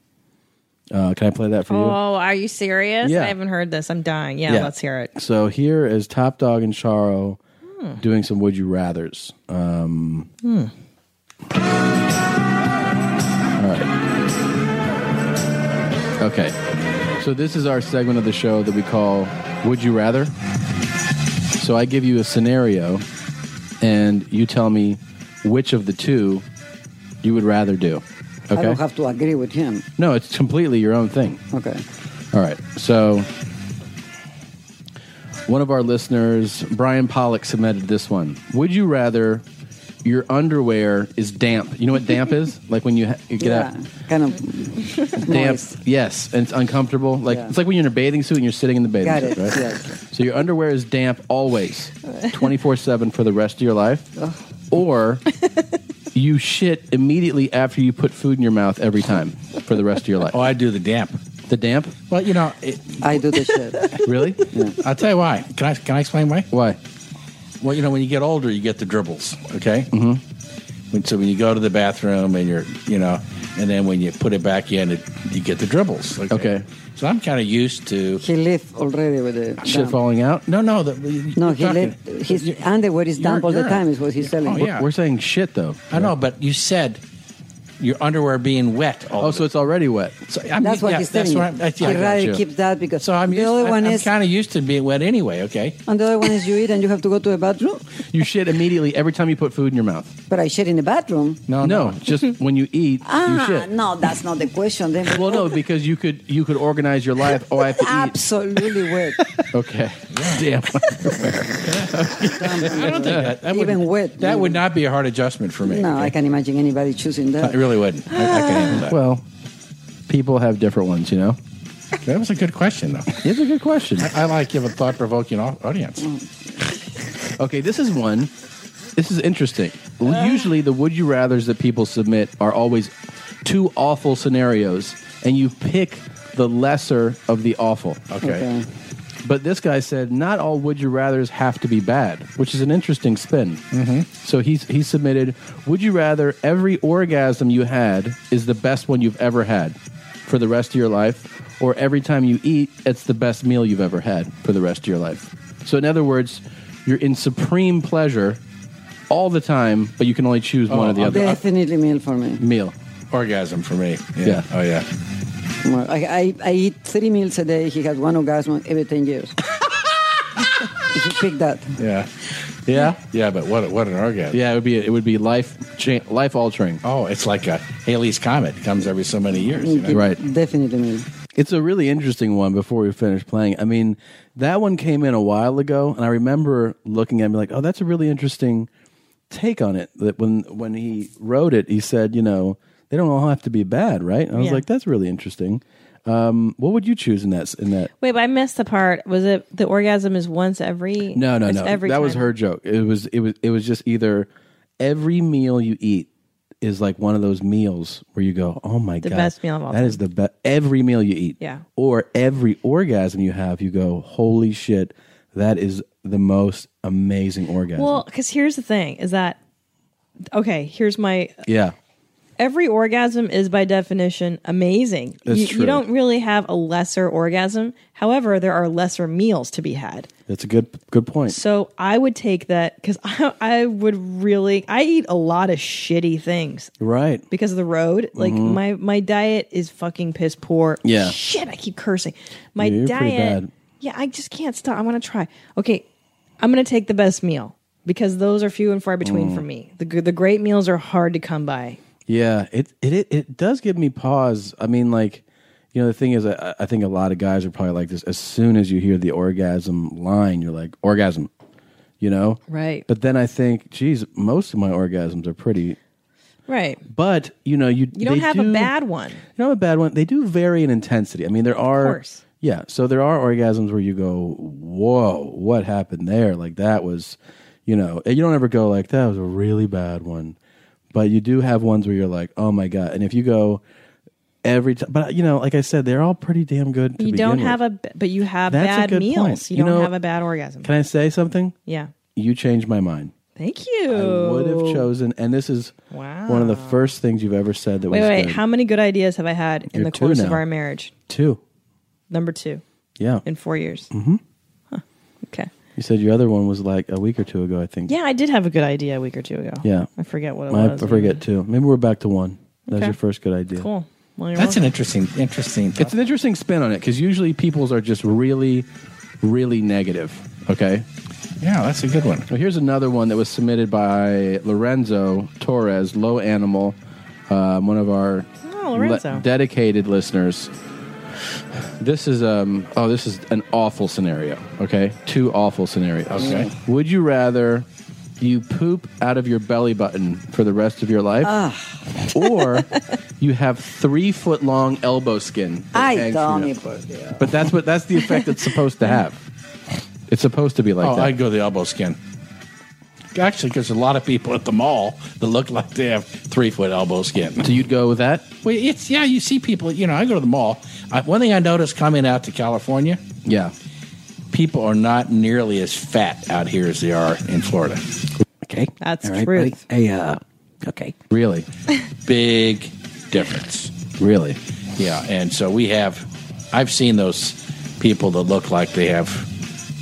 S2: Uh, can I play that for you?
S1: oh, are you serious?
S2: Yeah.
S1: I haven't heard this. I'm dying. Yeah,
S2: Yeah.
S1: Let's hear it.
S2: So here is Top Dog and Charo doing some Would You Rathers. Um, All right. Okay. So this is our segment of the show that we call "Would You Rather." So I give you a scenario, and you tell me which of the two you would rather do.
S10: I don't
S2: Okay.
S10: have to agree with him.
S2: No, it's completely your own thing.
S10: Okay.
S2: All right. So, one of our listeners, Brian Pollock, submitted this one. Would you rather your underwear is damp? You know what damp is? Like when you, ha- you get
S10: yeah.
S2: out.
S10: Kind of
S2: Damp.
S10: moist.
S2: Yes. And it's uncomfortable. Like
S10: Yeah.
S2: It's like when you're in a bathing suit and you're sitting in the bathing
S10: Got
S2: suit,
S10: it.
S2: right?
S10: Yes.
S2: So, your underwear is damp always, 24 7 for the rest of your life. Or. You shit immediately after you put food in your mouth every time for the rest of your life.
S11: Oh, I do the damp.
S2: The damp?
S11: Well, you know, it,
S10: I do the shit.
S2: Really?
S11: I'll tell you why. Can I can I explain why?
S2: Why?
S11: Well, you know, when you get older, you get the dribbles. Okay. Mm-hmm. When, so when you go to the bathroom and you're, you know, and then when you put it back in, it, you get the dribbles.
S2: Okay.
S11: So I'm kind of used to.
S10: he lived already with the
S2: Shit
S10: damp.
S2: falling out?
S11: Um, No, no. The,
S10: No, he
S11: you're talking-
S10: lived. His underwear is damp
S11: You're-
S10: all the
S11: you're-
S10: time. Is what he's telling.
S11: Oh,
S10: me.
S11: yeah.
S2: We're saying shit though.
S11: I know, but you said your underwear being wet. All
S2: Oh, so it's already wet.
S11: So, I mean,
S10: That's what
S11: yeah,
S10: he's telling
S11: that's what
S10: me.
S11: I'm, that's, yeah, I
S10: He'd
S11: got
S10: rather
S11: you.
S10: keep that because
S11: So I'm
S10: the
S11: used,
S10: other one
S11: I,
S10: is
S11: I'm kind of used to being wet anyway. Okay.
S10: and the other one is you eat and you have to go to a bathroom.
S2: You shit immediately every time you put food in your mouth.
S10: But I shit in the bathroom.
S11: No, no.
S2: just when you eat,
S10: Ah,
S2: you shit.
S10: no, that's not the question. Then
S2: Well, no, because you could you could organize your life. Oh, I have to eat.
S10: absolutely wet.
S2: Okay, damn.
S11: I don't think that, that would-
S10: Even wet.
S11: That would not be a hard adjustment for me.
S10: No, I
S11: okay?
S10: can't imagine anybody choosing
S11: I
S10: that.
S11: really wouldn't. I, I can handle that.
S2: Well, people have different ones, you know.
S11: That was a good question, though.
S2: It's a good question.
S11: I like you have a thought provoking audience.
S2: Okay, this is one. This is interesting. Usually, the would you rather's that people submit are always two awful scenarios, and you pick the lesser of the awful.
S11: Okay.
S2: But this guy said, not all would you rather's have to be bad, which is an interesting spin. Mm-hmm. So he, he submitted, would you rather every orgasm you had is the best one you've ever had for the rest of your life, or every time you eat, it's the best meal you've ever had for the rest of your life? So, in other words, you're in supreme pleasure all the time, but you can only choose one or the
S11: Oh,
S2: other
S10: Definitely meal for me.
S2: meal.
S11: Orgasm for me. Yeah.
S2: Yeah.
S11: Oh, yeah.
S10: Well, I, I, I eat three meals a day. He had one orgasm every 10 years. he picked that.
S11: Yeah. Yeah. Yeah, but what, what an orgasm.
S2: Yeah, it would be it would be life cha- life altering.
S11: Oh, it's like a Haley's Comet. It comes every so many years. You know?
S2: Right.
S10: Definitely meal.
S2: It's a really interesting one before we finish playing. I mean, that one came in a while ago, and I remember looking at me like, oh, that's a really interesting take on it. That when when he wrote it, he said, you know, they don't all have to be bad, right? And I was
S1: Yeah.
S2: like, that's really interesting. Um, what would you choose in that? In that?
S1: Wait, but I missed the part. Was it the orgasm is once every?
S2: No, no,
S1: it's
S2: no.
S1: Every
S2: that
S1: time.
S2: was her joke. It was it was it was just either every meal you eat is like one of those meals where you go, oh my god,
S1: best meal of all
S2: That
S1: time.
S2: is the best. Every meal you eat,
S1: Yeah.
S2: or every orgasm you have, you go, holy shit, that is the most amazing orgasm.
S1: Well, because here's the thing: is that okay? Here's my
S2: yeah,
S1: every orgasm is by definition amazing.
S2: That's
S1: you,
S2: true.
S1: you don't really have a lesser orgasm. However, there are lesser meals to be had.
S2: that's a good good point.
S1: So I would take that because I, I would really I eat a lot of shitty things
S2: right.
S1: because of the road. Like my my diet is fucking piss poor.
S2: Mm-hmm. Yeah.
S1: Shit, I keep cursing. My
S2: Yeah, you're
S1: diet.
S2: pretty bad.
S1: Yeah, I just can't stop. I want to try. Okay, I'm gonna take the best meal because those are few and far
S2: Mm.
S1: between for me. The g- the great meals are hard to come by.
S2: Yeah, it it it, it does give me pause. I mean, like, you know, the thing is, I, I think a lot of guys are probably like this. As soon as you hear the orgasm line, you're like orgasm, you know,
S1: Right.
S2: But then I think, geez, most of my orgasms are pretty.
S1: Right.
S2: But you know, you
S1: You don't
S2: they
S1: have
S2: do-
S1: a bad one.
S2: You don't have a bad one. They do vary in intensity. I mean, there are
S1: course.
S2: yeah. So there are orgasms where you go, whoa, what happened there? Like that was, you know, and you don't ever go like that was a really bad one, but you do have ones where you're like, oh my god. And if you go every time, but you know, like I said, they're all pretty damn good. To
S1: You don't
S2: begin
S1: have
S2: with.
S1: a b- but you have
S2: That's a
S1: bad
S2: good
S1: meals.
S2: point.
S1: You,
S2: You
S1: don't
S2: know-
S1: have a bad orgasm.
S2: Can I say something?
S1: yeah.
S2: You changed my mind.
S1: Thank you.
S2: I would have chosen, and this is
S1: Oh. Wow.
S2: one of the first things you've ever said that
S1: Wait,
S2: was
S1: wait,
S2: good.
S1: How many good ideas have I had in
S2: You're
S1: the
S2: two
S1: course of
S2: now.
S1: our marriage?
S2: two.
S1: Number two
S2: Yeah,
S1: in four years. Mm-hmm. Huh. Okay.
S2: you said your other one was like a week or two ago, I think.
S1: Yeah, I did have a good idea a week or two ago.
S2: Yeah.
S1: I forget what it
S2: I
S1: was.
S2: forget too. Maybe we're back to one. That was
S1: Okay.
S2: your first good idea.
S1: Cool. Well, you're
S11: That's an
S1: welcome.
S11: interesting, interesting.
S2: It's an interesting spin on it because usually people's are just really, really negative. Okay.
S11: Yeah, that's a good one.
S2: Well, here's another one that was submitted by Lorenzo Torres, Low Animal, um, one of our
S1: Oh, Lorenzo.
S2: dedicated listeners. This is um oh this is an awful scenario. Okay, two awful scenarios.
S11: Okay. Mm.
S2: Would you rather you poop out of your belly button for the rest of your life,
S1: Uh,
S2: or you have three foot long elbow skin? that
S10: Ay,
S2: hangs from your
S10: Tommy,
S2: foot? But that's what that's the effect it's supposed to have. It's supposed to be like
S11: oh,
S2: that.
S11: I'd go the elbow skin. Actually, because a lot of people at the mall that look like they have three foot elbow skin.
S2: So you'd go with that?
S11: Well, it's yeah. You see people. You know, I go to the mall. I, one thing I noticed coming out to California,
S2: yeah,
S11: people are not nearly as fat out here as they are in Florida.
S10: Okay,
S1: That's All right, truth.
S10: Hey, uh, okay.
S2: Really,
S11: big difference.
S2: really.
S11: Yeah, and so we have. I've seen those people that look like they have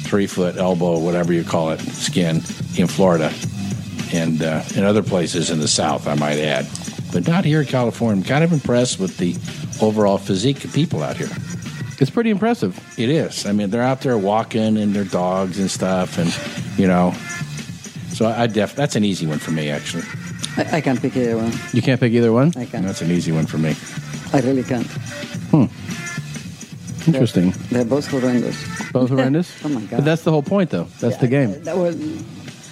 S11: three foot elbow, whatever you call it, skin in Florida, and uh, in other places in the South, I might add, but not here in California. I'm kind of impressed with the overall physique of people out here.
S2: It's pretty impressive.
S11: It is. I mean, they're out there walking and their dogs and stuff, and you know. So I def that's an easy one for me actually.
S10: I, I can pick either one.
S2: You can't pick either one.
S10: I can.
S11: That's an easy one for me.
S10: I really can't.
S2: Interesting.
S10: They're both horrendous.
S2: Both horrendous.
S10: Oh my God.
S2: But that's the whole point, though. That's the game.
S10: That was,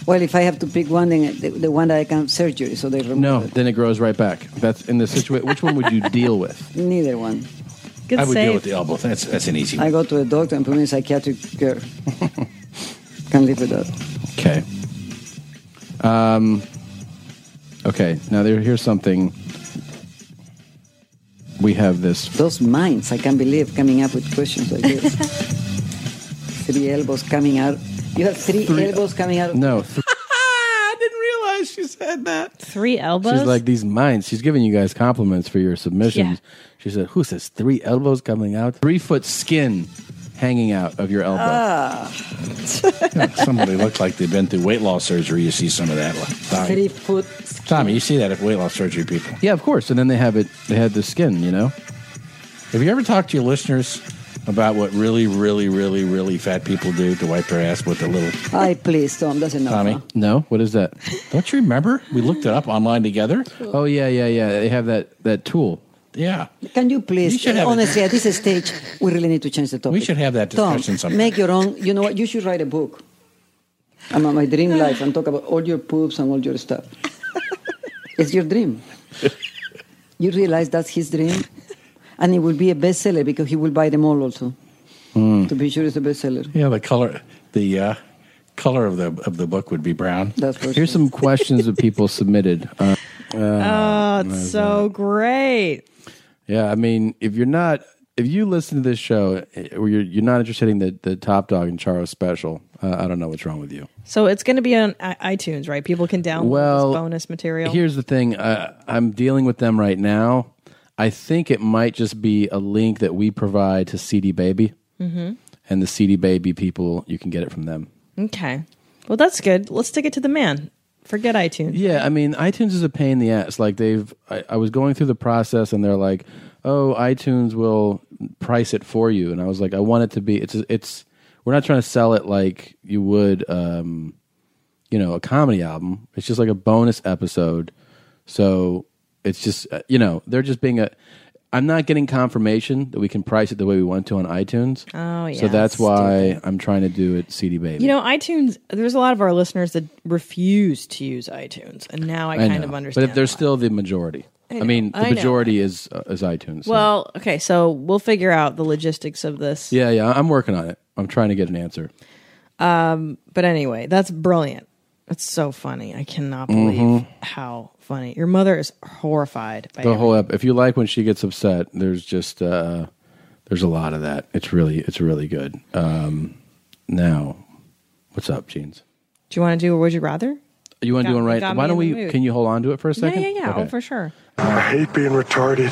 S10: well, if I have to pick one, then the, the one that I can have surgery, so they remove
S2: No,
S10: it.
S2: then it grows right back. That's in the situation. Which one would you deal with?
S10: Neither one.
S1: Good
S11: I would
S1: save.
S11: deal with the elbow. That's that's an easy.
S10: I
S11: one.
S10: go to a doctor and put me in psychiatric care. can live with that.
S2: Okay. Um. Okay. Now there, here's something. We have this.
S10: Those minds, I can't believe coming up with questions like this. three elbows coming out. You have three, elbows coming out.
S2: No, th-
S11: I didn't realize she said that.
S1: Three elbows.
S2: she's like these minds. She's giving you guys compliments for your submissions.
S1: Yeah.
S2: She said, "Who says three elbows coming out? Three foot skin hanging out of your elbow."
S11: Somebody looked like they've been through weight loss surgery. You see some of that. Tommy,
S10: Three foot.
S11: Tommy you see that at weight loss surgery people.
S2: Yeah, of course. And then they have it. They had the skin. You know.
S11: Have you ever talked to your listeners about what really, really, really, really fat people do to wipe their ass with a little?
S10: Ay, please, Tom, that's enough.
S11: Tommy?
S10: huh?
S2: No. What is that?
S11: Don't you remember? We looked it up online together.
S2: Oh yeah, yeah, yeah. They have that that tool.
S11: Yeah.
S10: Can you please,
S11: You should have
S10: honestly, at this stage, we really need to change the topic.
S11: We should have that discussion
S10: Tom,
S11: sometime.
S10: Make your own. You know what? You should write a book. I'm on my dream life and talk about all your poops and all your stuff. it's your dream. You realize that's his dream, and it will be a bestseller because he will buy them all also. To be sure, it's a bestseller.
S11: Yeah. The color, the uh, color of the of the book would be brown.
S10: That's for
S2: Here's
S10: sure.
S2: some questions that people submitted. Uh,
S1: oh, it's so great.
S2: yeah, I mean, if you're not, if you listen to this show, eh, or you're you're not interested in the, the Top Dog and Charo special, uh, I don't know what's wrong with you.
S1: So it's going to be on i- iTunes, right? People can download
S2: Well,
S1: this bonus material.
S2: Here's the thing: uh, I'm dealing with them right now. I think it might just be a link that we provide to CD Baby, and the CD Baby people, you can get it from them.
S1: okay. Well, that's good. Let's stick it to the man. Forget iTunes.
S2: Yeah, I mean, iTunes is a pain in the ass. Like they've, I, I was going through the process, and they're like, "Oh, iTunes will price it for you," and I was like, "I want it to be. It's, it's. We're not trying to sell it like you would, um, you know, a comedy album. It's just like a bonus episode. So it's just, uh, you know, they're just being a. I'm not getting confirmation that we can price it the way we want to on iTunes.
S1: Oh,
S2: So
S1: yeah,
S2: that's why I'm trying to do it CD Baby.
S1: You know, iTunes, there's a lot of our listeners that refuse to use iTunes. And now I,
S2: I
S1: kind
S2: know.
S1: of understand.
S2: But if they're
S1: why.
S2: still the majority. I, mean, the
S1: I know.
S2: majority is uh, is iTunes. so-
S1: Well, okay. So we'll figure out the logistics of this.
S2: yeah, yeah. I'm working on it. I'm trying to get an answer.
S1: But anyway, that's brilliant. That's so funny. I cannot believe how funny. Your mother is horrified by
S2: Mm-hmm. The
S1: everything.
S2: whole ep- if you like when she gets upset, there's just uh, there's a lot of that. It's really it's really good. Um, now, what's up, jeans?
S1: Do you want to do or would you rather?
S2: You want to
S1: Got-
S2: do one right?
S1: got me
S2: Why don't
S1: in the
S2: we?
S1: mood.
S2: Can you hold on to it for a second?
S1: Yeah, yeah, yeah. Oh,
S2: Okay.
S1: for sure.
S8: I hate being retarded.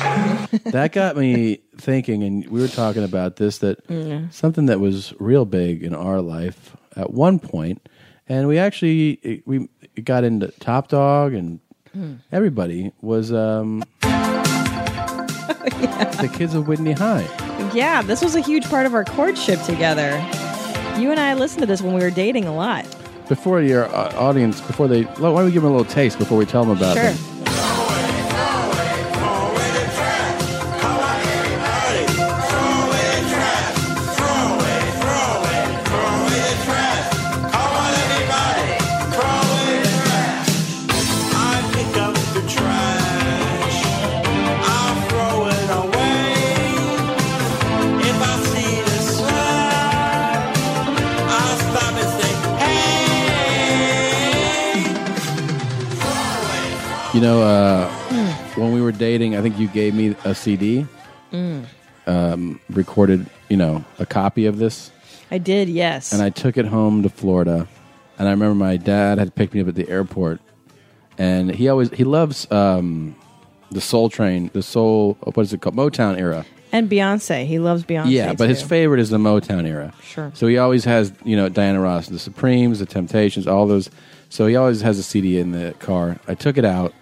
S2: that got me thinking, and we were talking about this that something that was real big in our life at one point, and we actually we got into Top Dog and everybody was um, The kids of Whitney High.
S1: Yeah, this was a huge part of our courtship together. You and I listened to this when we were dating a lot.
S2: Before your uh, audience, before they, why don't we give them a little taste before we tell them about
S1: Sure.
S2: them? You know, uh, when we were dating, I think you gave me a CD,
S1: Mm.
S2: um, recorded, you know, a copy of this,
S1: I did, yes.
S2: and I took it home to Florida. And I remember my dad had picked me up at the airport, and he always he loves um, the Soul Train, the Soul, what is it called, Motown era.
S1: and Beyonce. He loves Beyonce.
S2: yeah, but his
S1: too.
S2: favorite is the Motown era.
S1: Sure.
S2: So he always has, you know, Diana Ross, the Supremes, the Temptations, all those. So he always has a CD in the car. I took it out,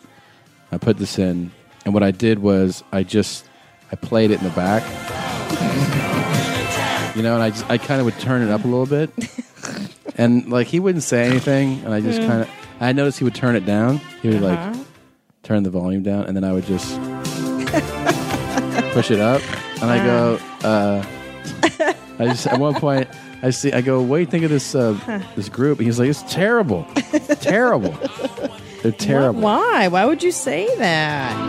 S2: I put this in, and what I did was I just I played it in the back, you know, and I just I kind of would turn it up a little bit, and like he wouldn't say anything, and I just
S1: Mm.
S2: kind of I noticed he would turn it down. He would
S1: Uh-huh.
S2: like turn the volume down, and then I would just push it up, and I go. Uh, I just at one point I see I go, what do you think of this uh, this group? And he's like, it's terrible, terrible. They're terrible.
S1: Why? Why would you say that?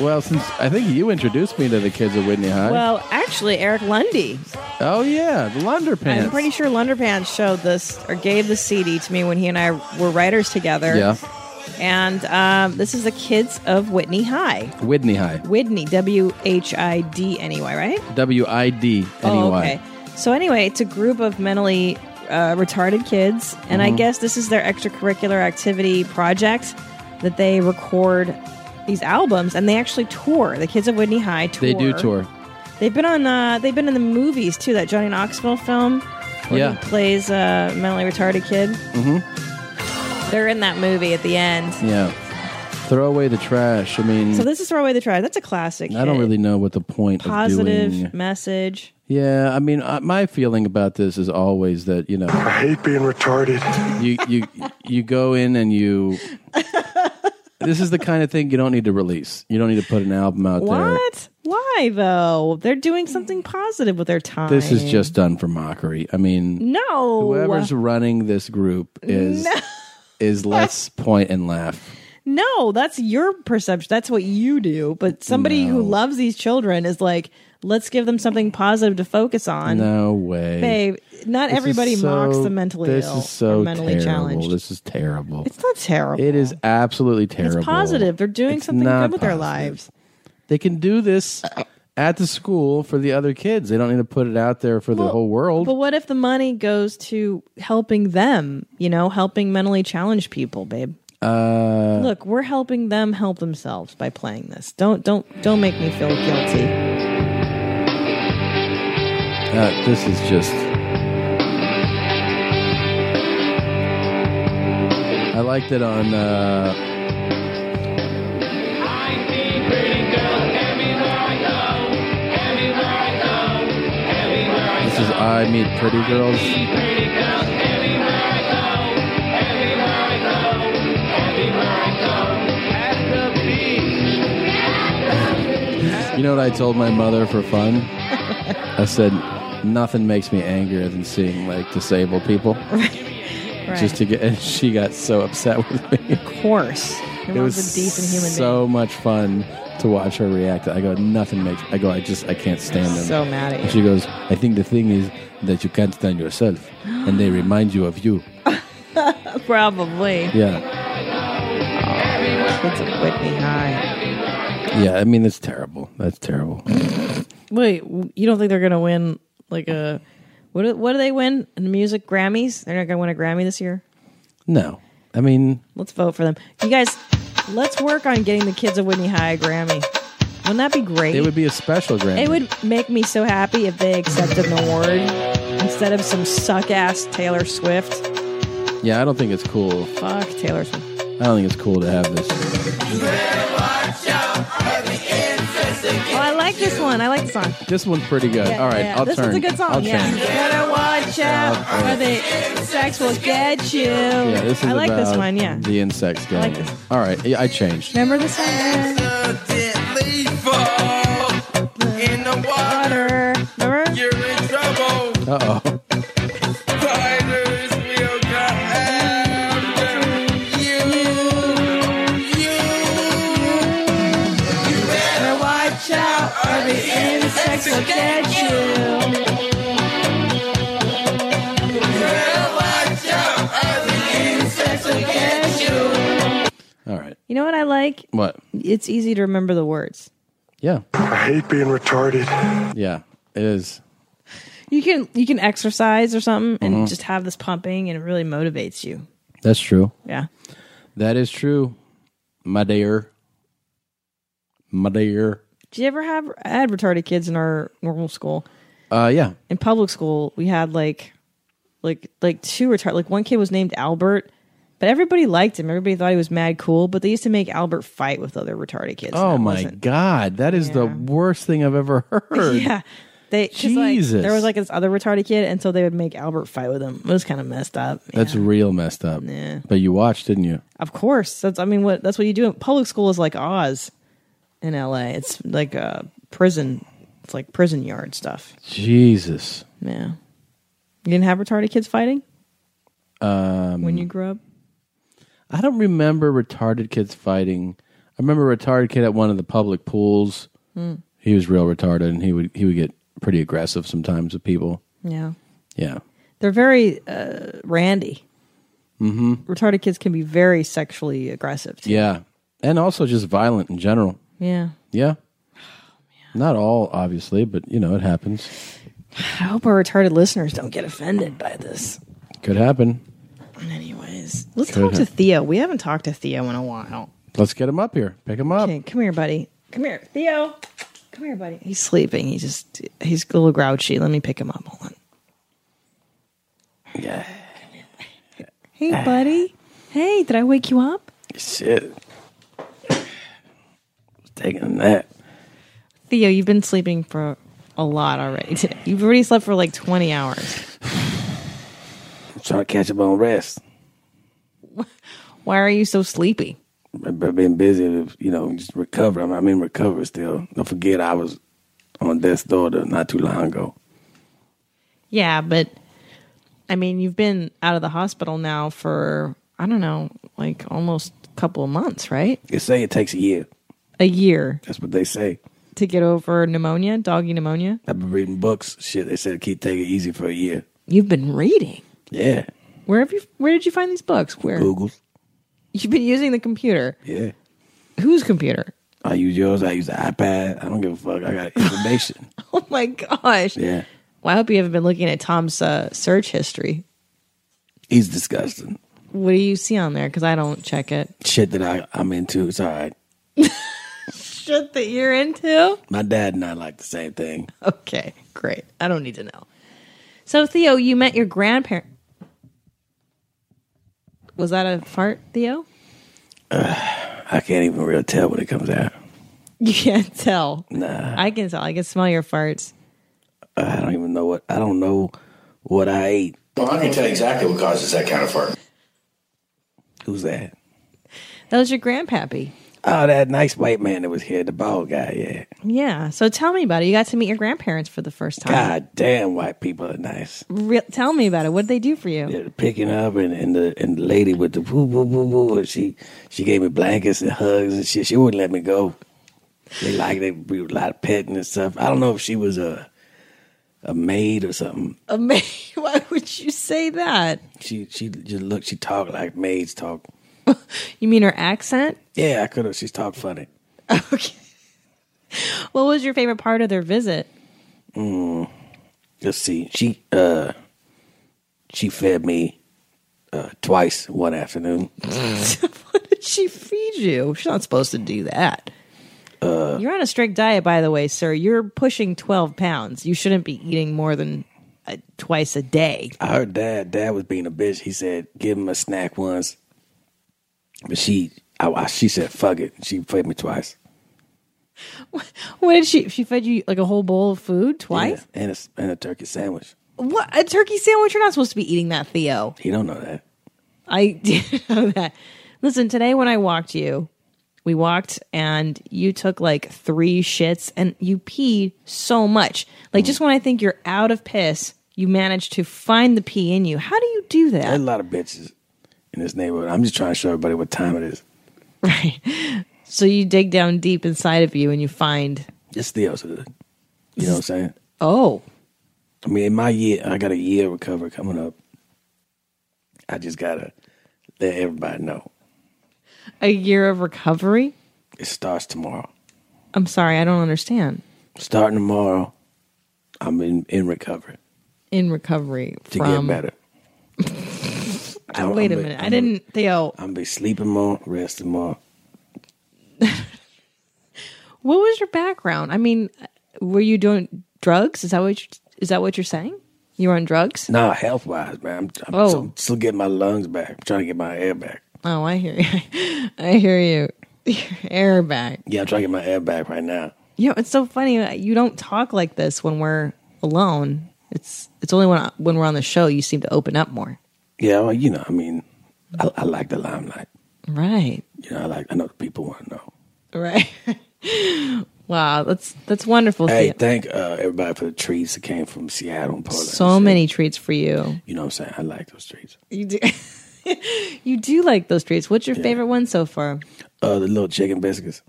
S2: Well, since I think you introduced me to the kids at Whitney High.
S1: Well, actually, Eric Lundy.
S2: oh yeah, the Lunderpants.
S1: I'm pretty sure Lunderpants showed this or gave the CD to me when he and I were writers together.
S2: Yeah,
S1: And um, this is the kids of Whitney High.
S2: Whitney High.
S1: Whitney, W H I D, anyway, right?
S2: W I D N E Y.
S1: Oh, okay. So anyway, it's a group of mentally uh, retarded kids, and I
S2: Mhm.
S1: guess this is their extracurricular activity project that they record these albums, and they actually tour. The kids of Whitney High tour.
S2: They do tour.
S1: They've been on. Uh, they've been in the movies too. That Johnny Knoxville film where
S2: Yeah.
S1: he plays a mentally retarded kid.
S2: Mm-hmm.
S1: They're in that movie at the end.
S2: Yeah. Throw away the trash. I mean,
S1: So this is Throw Away the Trash. That's a classic.
S2: I don't
S1: hit.
S2: really know what the point
S1: positive
S2: of doing.
S1: message.
S2: Yeah, I mean, uh, my feeling about this is always that you know I hate being retarded. You you you go in and you. this is the kind of thing you don't need to release. You don't need to put an album out there.
S1: What? Why though? They're doing something positive with their time.
S2: This is just done for mockery. I mean,
S1: no.
S2: whoever's running this group is
S1: No.
S2: is let's point and laugh.
S1: No, that's your perception. That's what you do. But somebody who loves these children is like, let's give them something positive to focus on.
S2: No way,
S1: Babe, not
S2: This is
S1: everybody mocks
S2: so-
S1: the mentally
S2: this
S1: ill
S2: Is so
S1: or mentally
S2: terrible.
S1: challenged.
S2: This is terrible. It's
S1: not terrible.
S2: It is absolutely terrible.
S1: It's positive. They're doing
S2: It's
S1: something
S2: not
S1: good with their
S2: positive.
S1: lives.
S2: They can do this at the school for the other kids. They don't need to put it out there for the whole world.
S1: But what if the money goes to helping them, you know, helping mentally challenged people, babe?
S2: Uh,
S1: Look, we're helping them help themselves by playing this. Don't don't don't make me feel guilty.
S2: uh, this is just. I liked it on. Uh, this is I Meet Pretty Girls. You know what I told my mother for fun? I said, nothing makes me angrier than seeing like disabled people.
S1: Right.
S2: Just to get, and she got so upset with me. Of
S1: course, Your
S2: it
S1: mom's
S2: was
S1: a decent human
S2: so much fun to watch her react. I go, nothing makes. I go, I just, I can't stand them.
S1: So mad at
S2: And
S1: you.
S2: she goes, I think the thing is that you can't stand yourself, and they remind you of you.
S1: Probably.
S2: Yeah,
S1: Kids of Whitney High.
S2: yeah. I mean, that's terrible. That's terrible.
S1: Wait, w- you don't think they're gonna win like a what? do- What do they win? The music Grammys? They're not gonna win a Grammy this year.
S2: No, I mean,
S1: Let's vote for them, you guys. Let's work on getting the kids of Whitney High a Grammy. Wouldn't that be great?
S2: it would be a special Grammy.
S1: It would make me so happy if they accepted an award instead of some suck ass Taylor Swift.
S2: Yeah, I don't think it's cool.
S1: Fuck Taylor Swift.
S2: I don't think it's cool to have this.
S1: Oh, I like this one. I like the song.
S2: This one's pretty good.
S1: Yeah,
S2: All right,
S1: yeah.
S2: I'll
S1: this
S2: turn.
S1: is a good song.
S2: I'll
S1: yeah.
S2: change.
S1: Better watch
S2: I'll
S1: out, or the sex will get you.
S2: Yeah, this is
S1: I like this
S2: about
S1: one. Yeah.
S2: The insects getting.
S1: like this.
S2: it. All right, yeah, I changed.
S1: Remember the song?
S12: In the water,
S1: remember?
S12: You're in trouble.
S2: Uh oh.
S12: Spiders will come after you. You. You better watch out, or the insects will get you. You better watch out, or the insects will get you.
S2: All right.
S1: You know what I like?
S2: What?
S1: It's easy to remember the words.
S2: Yeah.
S8: I hate being retarded.
S2: Yeah, it is.
S1: You can you can exercise or something and
S2: Mhm.
S1: just have this pumping, and it really motivates you.
S2: That's true.
S1: Yeah.
S2: That is true. My dear. My dear.
S1: Did you ever have I had retarded kids in our normal school?
S2: Uh, yeah.
S1: In public school, we had like, like, like two retarded. Like one kid was named Albert, but everybody liked him. Everybody thought he was mad cool. But they used to make Albert fight with other retarded kids. and
S2: oh
S1: that
S2: my
S1: wasn't-
S2: God, that is the worst thing I've ever heard.
S1: Yeah. They, 'cause, like,
S2: Jesus.
S1: there was like this other retarded kid, and so they would make Albert fight with him. It was kind of messed up.
S2: That's real messed up.
S1: Yeah.
S2: But you watched, didn't you?
S1: Of course, that's I mean, what that's what you do. Public school is like Oz in L.A. It's like a prison. It's like prison yard stuff.
S2: Jesus.
S1: Yeah. You didn't have retarded kids fighting
S2: Um,
S1: when you grew up.
S2: I don't remember retarded kids fighting. I remember a retarded kid at one of the public pools.
S1: Mm.
S2: He was real retarded, and he would he would get pretty aggressive sometimes with people.
S1: Yeah,
S2: Yeah.
S1: they're very uh, randy.
S2: Mm-hmm.
S1: Retarded kids can be very sexually aggressive. Too.
S2: Yeah, and also just violent in general.
S1: Yeah.
S2: Yeah. Not all, obviously, but you know it happens.
S1: I hope our retarded listeners don't get offended by this.
S2: Could happen.
S1: Anyways, let's
S2: Could
S1: talk to
S2: have.
S1: Theo. We haven't talked to Theo in a while.
S2: Let's get him up here. Pick him up.
S1: Okay, come here, buddy. Come here, Theo. Come here, buddy. He's sleeping. He just he's a little grouchy. Let me pick him up. Hold on.
S2: Yeah.
S1: Hey, buddy. Hey, did I wake you up?
S2: Shit. Taking a nap.
S1: Theo, you've been sleeping for a lot already today. You've already slept for like 20 hours.
S2: I'm trying to catch up on rest.
S1: Why are you so sleepy?
S2: I've been busy, you know, just recover. I'm, I'm in recovery still. Don't forget, I was on death's door not too long ago.
S1: Yeah, but I mean, you've been out of the hospital now for, I don't know, like almost a couple of months, right?
S2: They say it takes a year.
S1: A year
S2: That's what they say.
S1: to get over pneumonia, doggy pneumonia.
S2: I've been reading books. Shit, they said keep taking it easy for a year.
S1: You've been reading.
S2: Yeah.
S1: Where have you where did you find these books? Where
S2: Google.
S1: you've been using the computer.
S2: Yeah.
S1: Whose computer?
S2: I use yours. I use the iPad. I don't give a fuck. I got information.
S1: Oh my gosh.
S2: yeah.
S1: Well, I hope you haven't been looking at Tom's uh, search history.
S2: He's disgusting.
S1: What do you see on there? Because I don't check it.
S2: Shit that I, I'm into. It's all right.
S1: Shit that you're into?
S2: My dad and I like the same thing.
S1: Okay, great. I don't need to know. So, Theo, you met your grandparent. Was that a fart, Theo?
S2: I can't even really tell when it comes out.
S1: You can't tell.
S2: Nah.
S1: I can tell. I can smell your farts.
S2: I don't even know what. I don't know what I ate.
S11: Well, I can tell you exactly what causes that kind of fart.
S2: Who's that?
S1: That was your grandpappy.
S2: Oh, that nice white man that was here, the bald guy. Yeah.
S1: Yeah. So tell me about it. You got to meet your grandparents for the first time.
S2: God damn, white people are nice.
S1: Re- tell me about it. What did they do for you?
S2: They're picking up, and, and the and the lady with the woo woo woo woo. and She she gave me blankets and hugs and shit. She wouldn't let me go. They like they we were a lot of petting and stuff. I don't know if she was a a maid or something.
S1: Ama- Why would you say that?
S2: She she just looked. She talked like maids talk.
S1: You mean her accent?
S2: Yeah, I could have. She's talked funny.
S1: What was your favorite part of their visit?
S2: Mm, let's see. She uh she fed me uh twice one afternoon.
S1: what did she feed you? She's not supposed to do that.
S2: Uh
S1: You're on a strict diet, by the way, sir. You're pushing 12 pounds. You shouldn't be eating more than uh, twice a day.
S13: I heard dad. Dad was being a bitch. He said, "Give him a snack once," but she, I, I, she said, "Fuck it." She fed me twice.
S1: What did she? She fed you like a whole bowl of food twice.
S13: Yeah, and a, and a turkey sandwich.
S1: What a turkey sandwich! You're not supposed to be eating that, Theo.
S13: He don't know that.
S1: I did know that. Listen, today when I walked you, we walked and you took like three shits and you peed so much. Like just when I think you're out of piss, you manage to find the pee in you. How do you do
S13: There's
S1: that?
S13: a lot of bitches in this neighborhood. I'm just trying to show everybody what time it is.
S1: So you dig down deep inside of you and you find,
S13: It's Theo's hood. You know what I'm saying?
S1: oh,
S13: I mean, in my year, I got a year recovery coming up. I just gotta let everybody know
S1: a year of recovery?
S13: it starts tomorrow.
S1: I'm sorry, I don't understand.
S13: Starting tomorrow, I'm in in recovery
S1: In recovery
S13: to
S1: from.
S13: get better.
S1: Uh, wait a minute. I didn't, Theo.
S13: I'm be sleeping more, resting more.
S1: What was your background? I mean, were you doing drugs? Is that what you're, is that what you're saying? You were on drugs?
S13: Nah, health wise, man. I'm, I'm
S1: Oh.
S13: still, still getting my lungs back. I'm trying to get my air back.
S1: Oh, I hear you. I hear you. Your air back.
S13: Yeah, I'm trying to get my air back right now.
S1: You know, it's so funny. uh, You don't talk like this when we're alone. It's it's only when I, when we're on the show you seem to open up more.
S13: Yeah, well, you know, I mean, I, I like the limelight.
S1: Right.
S13: You know, I like. I know the people want to know.
S1: Right. wow, that's that's wonderful.
S13: hey,
S1: Theo.
S13: thank uh, everybody for the treats that came from Seattle and Portland.
S1: so many treats for you.
S13: You know what I'm saying? I like those treats.
S1: You do You do like those treats. What's your favorite one so far?
S13: Uh, the little chicken biscuits.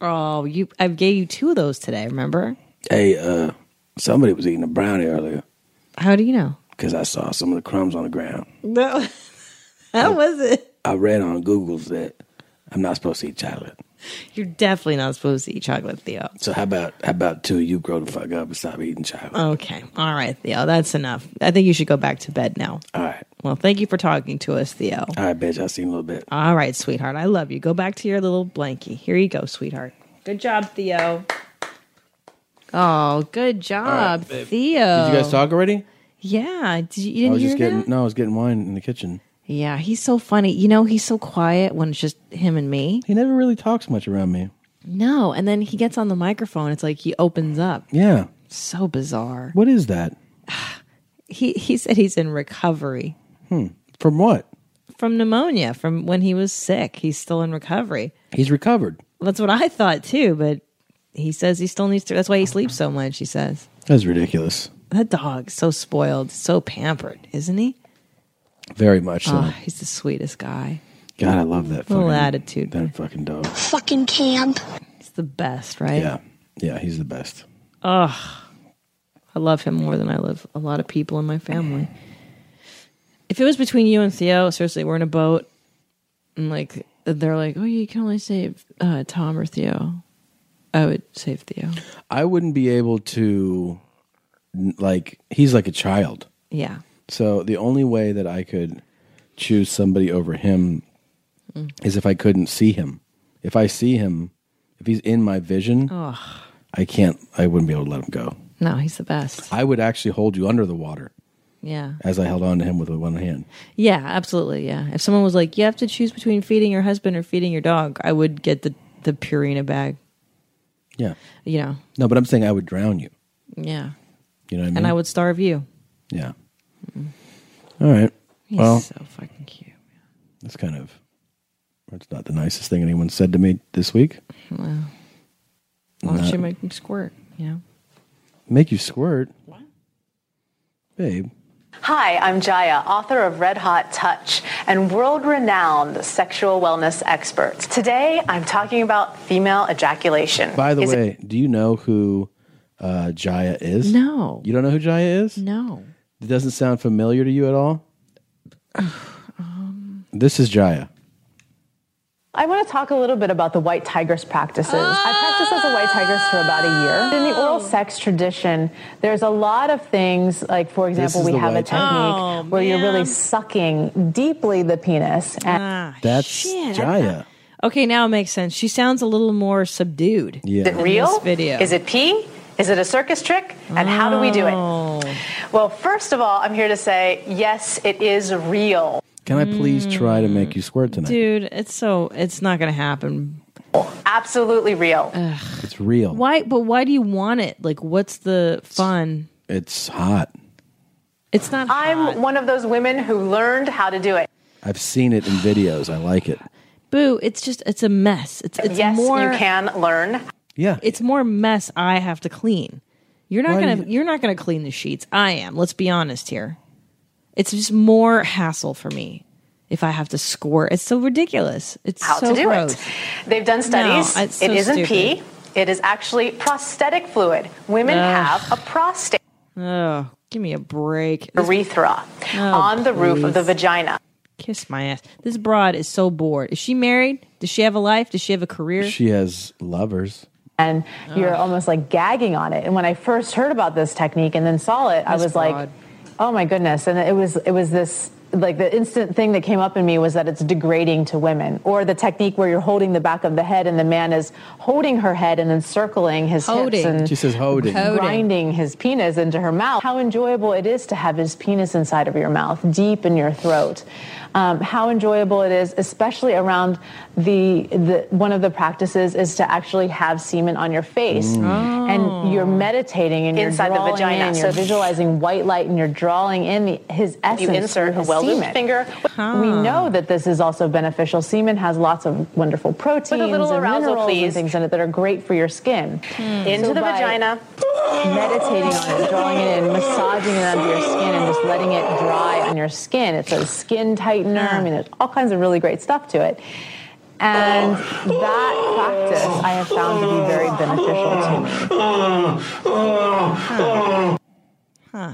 S1: Oh, you I gave you two of those today, remember?
S13: Hey, uh, somebody was eating a brownie earlier
S1: How do you know?
S13: because I saw some of the crumbs on the ground.
S1: No. How was it?
S13: I read on Google's that I'm not supposed to eat chocolate.
S1: You're definitely not supposed to eat chocolate, Theo.
S13: So how about how about two? of You grow the fuck up and stop eating chocolate.
S1: Okay. All right, Theo. That's enough. I think you should go back to bed now.
S13: All right.
S1: Well, thank you for talking to us, Theo.
S13: All right, bitch. I'll see you in a little bit.
S1: All right, sweetheart. I love you. Go back to your little blankie. Here you go, sweetheart. Good job, Theo. Oh, good job,
S2: babe.
S1: Theo.
S2: Did you guys talk already?
S1: Yeah. Did you, you
S2: I
S1: didn't
S2: was
S1: hear
S2: just
S1: that?
S2: getting no, I was getting wine in the kitchen.
S1: Yeah, he's so funny. You know, he's so quiet when it's just him and me.
S2: He never really talks much around me.
S1: No, and then he gets on the microphone. It's like he opens up.
S2: Yeah.
S1: So bizarre.
S2: What is that?
S1: He he said he's in recovery.
S2: Hmm. From what?
S1: from pneumonia from when he was sick. He's still in recovery.
S2: He's recovered.
S1: That's what I thought too, but he says he still needs to. That's why he sleeps so much, he says.
S2: That's ridiculous.
S1: That dog's so spoiled, so pampered, isn't he?
S2: Very much so.
S1: Oh, he's the sweetest guy.
S2: God, I love that.
S1: Little
S2: fucking-
S1: attitude.
S2: That fucking dog.
S1: Fucking camp. He's the best, right?
S2: Yeah. Yeah, he's the best.
S1: Ugh. I love him more than I love a lot of people in my family. If it was between you and Theo, seriously, we're in a boat and like they're like, oh, you can only save uh, Tom or Theo. I would save Theo.
S2: I wouldn't be able to n- like he's like a child.
S1: Yeah.
S2: So the only way that I could choose somebody over him
S1: Mm.
S2: is if I couldn't see him. If I see him, if he's in my vision,
S1: Ugh.
S2: I can't I wouldn't be able to let him go.
S1: No, he's the best.
S2: I would actually hold you under the water
S1: Yeah.
S2: as I held on to him with one hand.
S1: Yeah, absolutely. Yeah. If someone was like, you have to choose between feeding your husband or feeding your dog, I would get the, the Purina bag,
S2: Yeah.
S1: you know?
S2: No, but I'm saying I would drown you.
S1: Yeah.
S2: You know what I mean?
S1: And I would starve you.
S2: Yeah. All right.
S1: He's
S2: well,
S1: so fucking cute.
S2: that's kind of that's not the nicest thing anyone said to me this week.
S1: Well, why don't
S2: Not-
S1: you make me squirt? You know?
S2: Make you squirt. What? Babe.
S14: Hi, I'm Jaya, author of Red Hot Touch and world renowned sexual wellness expert. Today, I'm talking about female ejaculation.
S2: By the
S14: Is it-
S2: way, do you know who uh, Jaya is?
S1: No.
S2: You don't know who Jaya is?
S1: No.
S2: It doesn't sound familiar to you at all?
S1: Um,
S2: this is Jaya.
S14: I want to talk a little bit about the white tigress practices. I practiced as a white tigress for about a year. In
S2: Oh.
S14: the oral sex tradition, there's a lot of things, like, for example,
S2: is
S14: we
S2: the
S14: have a
S2: white
S14: technique
S2: tigress.
S1: Oh,
S14: where you're really sucking deeply the penis.
S1: Mm,
S14: And
S2: That's
S1: shit.
S2: Jaya.
S1: Okay, now it makes sense. She sounds a little more subdued.
S2: Yeah.
S14: Is it
S1: in
S14: real?
S1: This video.
S14: Is it pee? Is it a circus trick? And how do we do
S1: Oh.
S14: it? Well, first of all, I'm here to say yes, it is real.
S2: Can I please try to make you squirt tonight?
S1: Mm, Dude, it's so it's not gonna happen.
S14: Absolutely real.
S2: It's real.
S1: Why but why do you want it? Like what's the fun?
S2: It's hot.
S1: It's not.
S14: I'm one of those women who learned how to do it.
S2: I've seen it in videos. I like it.
S1: Boo, it's just it's a mess. It's it's
S14: yes,
S1: more
S14: you can learn.
S2: Yeah.
S1: It's more mess I have to clean. You're not
S14: Why do
S1: gonna you... are not gonna clean the sheets. I am, let's be honest here. It's just more hassle for me if I have to squirt. It's so ridiculous. It's
S14: How
S1: so
S14: to do
S1: gross.
S14: it? They've done studies.
S1: No, it's so
S14: it isn't pee.
S1: stupid.
S14: It is actually prosthetic fluid. Women
S1: Ugh.
S14: have a prostate
S1: Oh, give me a break.
S14: urethra
S1: Oh,
S14: on the roof of the
S1: please.
S14: vagina.
S1: Kiss my ass. This broad is so bored. Is she married? Does she have a life? Does she have a career?
S2: She has lovers.
S14: and you're almost like gagging on it. And when I first heard about this technique and then saw it, I
S1: That's
S14: was
S1: broad.
S14: like, oh my goodness. And it was it was this like the instant thing that came up in me was that it's degrading to women or the technique where you're holding the back of the head and the man is holding her head and then circling his
S2: Holding.
S14: hips and
S2: She says holding. Holding.
S14: grinding his penis into her mouth how enjoyable it is to have his penis inside of your mouth deep in your throat um, how enjoyable it is especially around the, the one of the practices is to actually have semen on your face and you're meditating and
S15: Mm. Oh. Inside the
S14: you're drawing
S15: vagina.
S14: in, you're
S15: So-
S14: visualizing white light and you're drawing in the, his essence
S15: insert
S14: through
S15: a
S14: his
S15: well-looped
S14: semen.
S15: finger.
S14: We know that this is also beneficial. Semen has lots of wonderful proteins and
S15: little arousal,
S14: minerals and
S15: please. Hmm.
S14: things in it that are great for your skin.
S15: Into the
S14: by
S15: vagina.
S14: Meditating on it, drawing it in, massaging it under your skin, and just letting it dry on your skin. It's a skin tightener. I mean, there's all kinds of really great stuff to it. And that practice I have found to be very beneficial to me.
S1: Huh.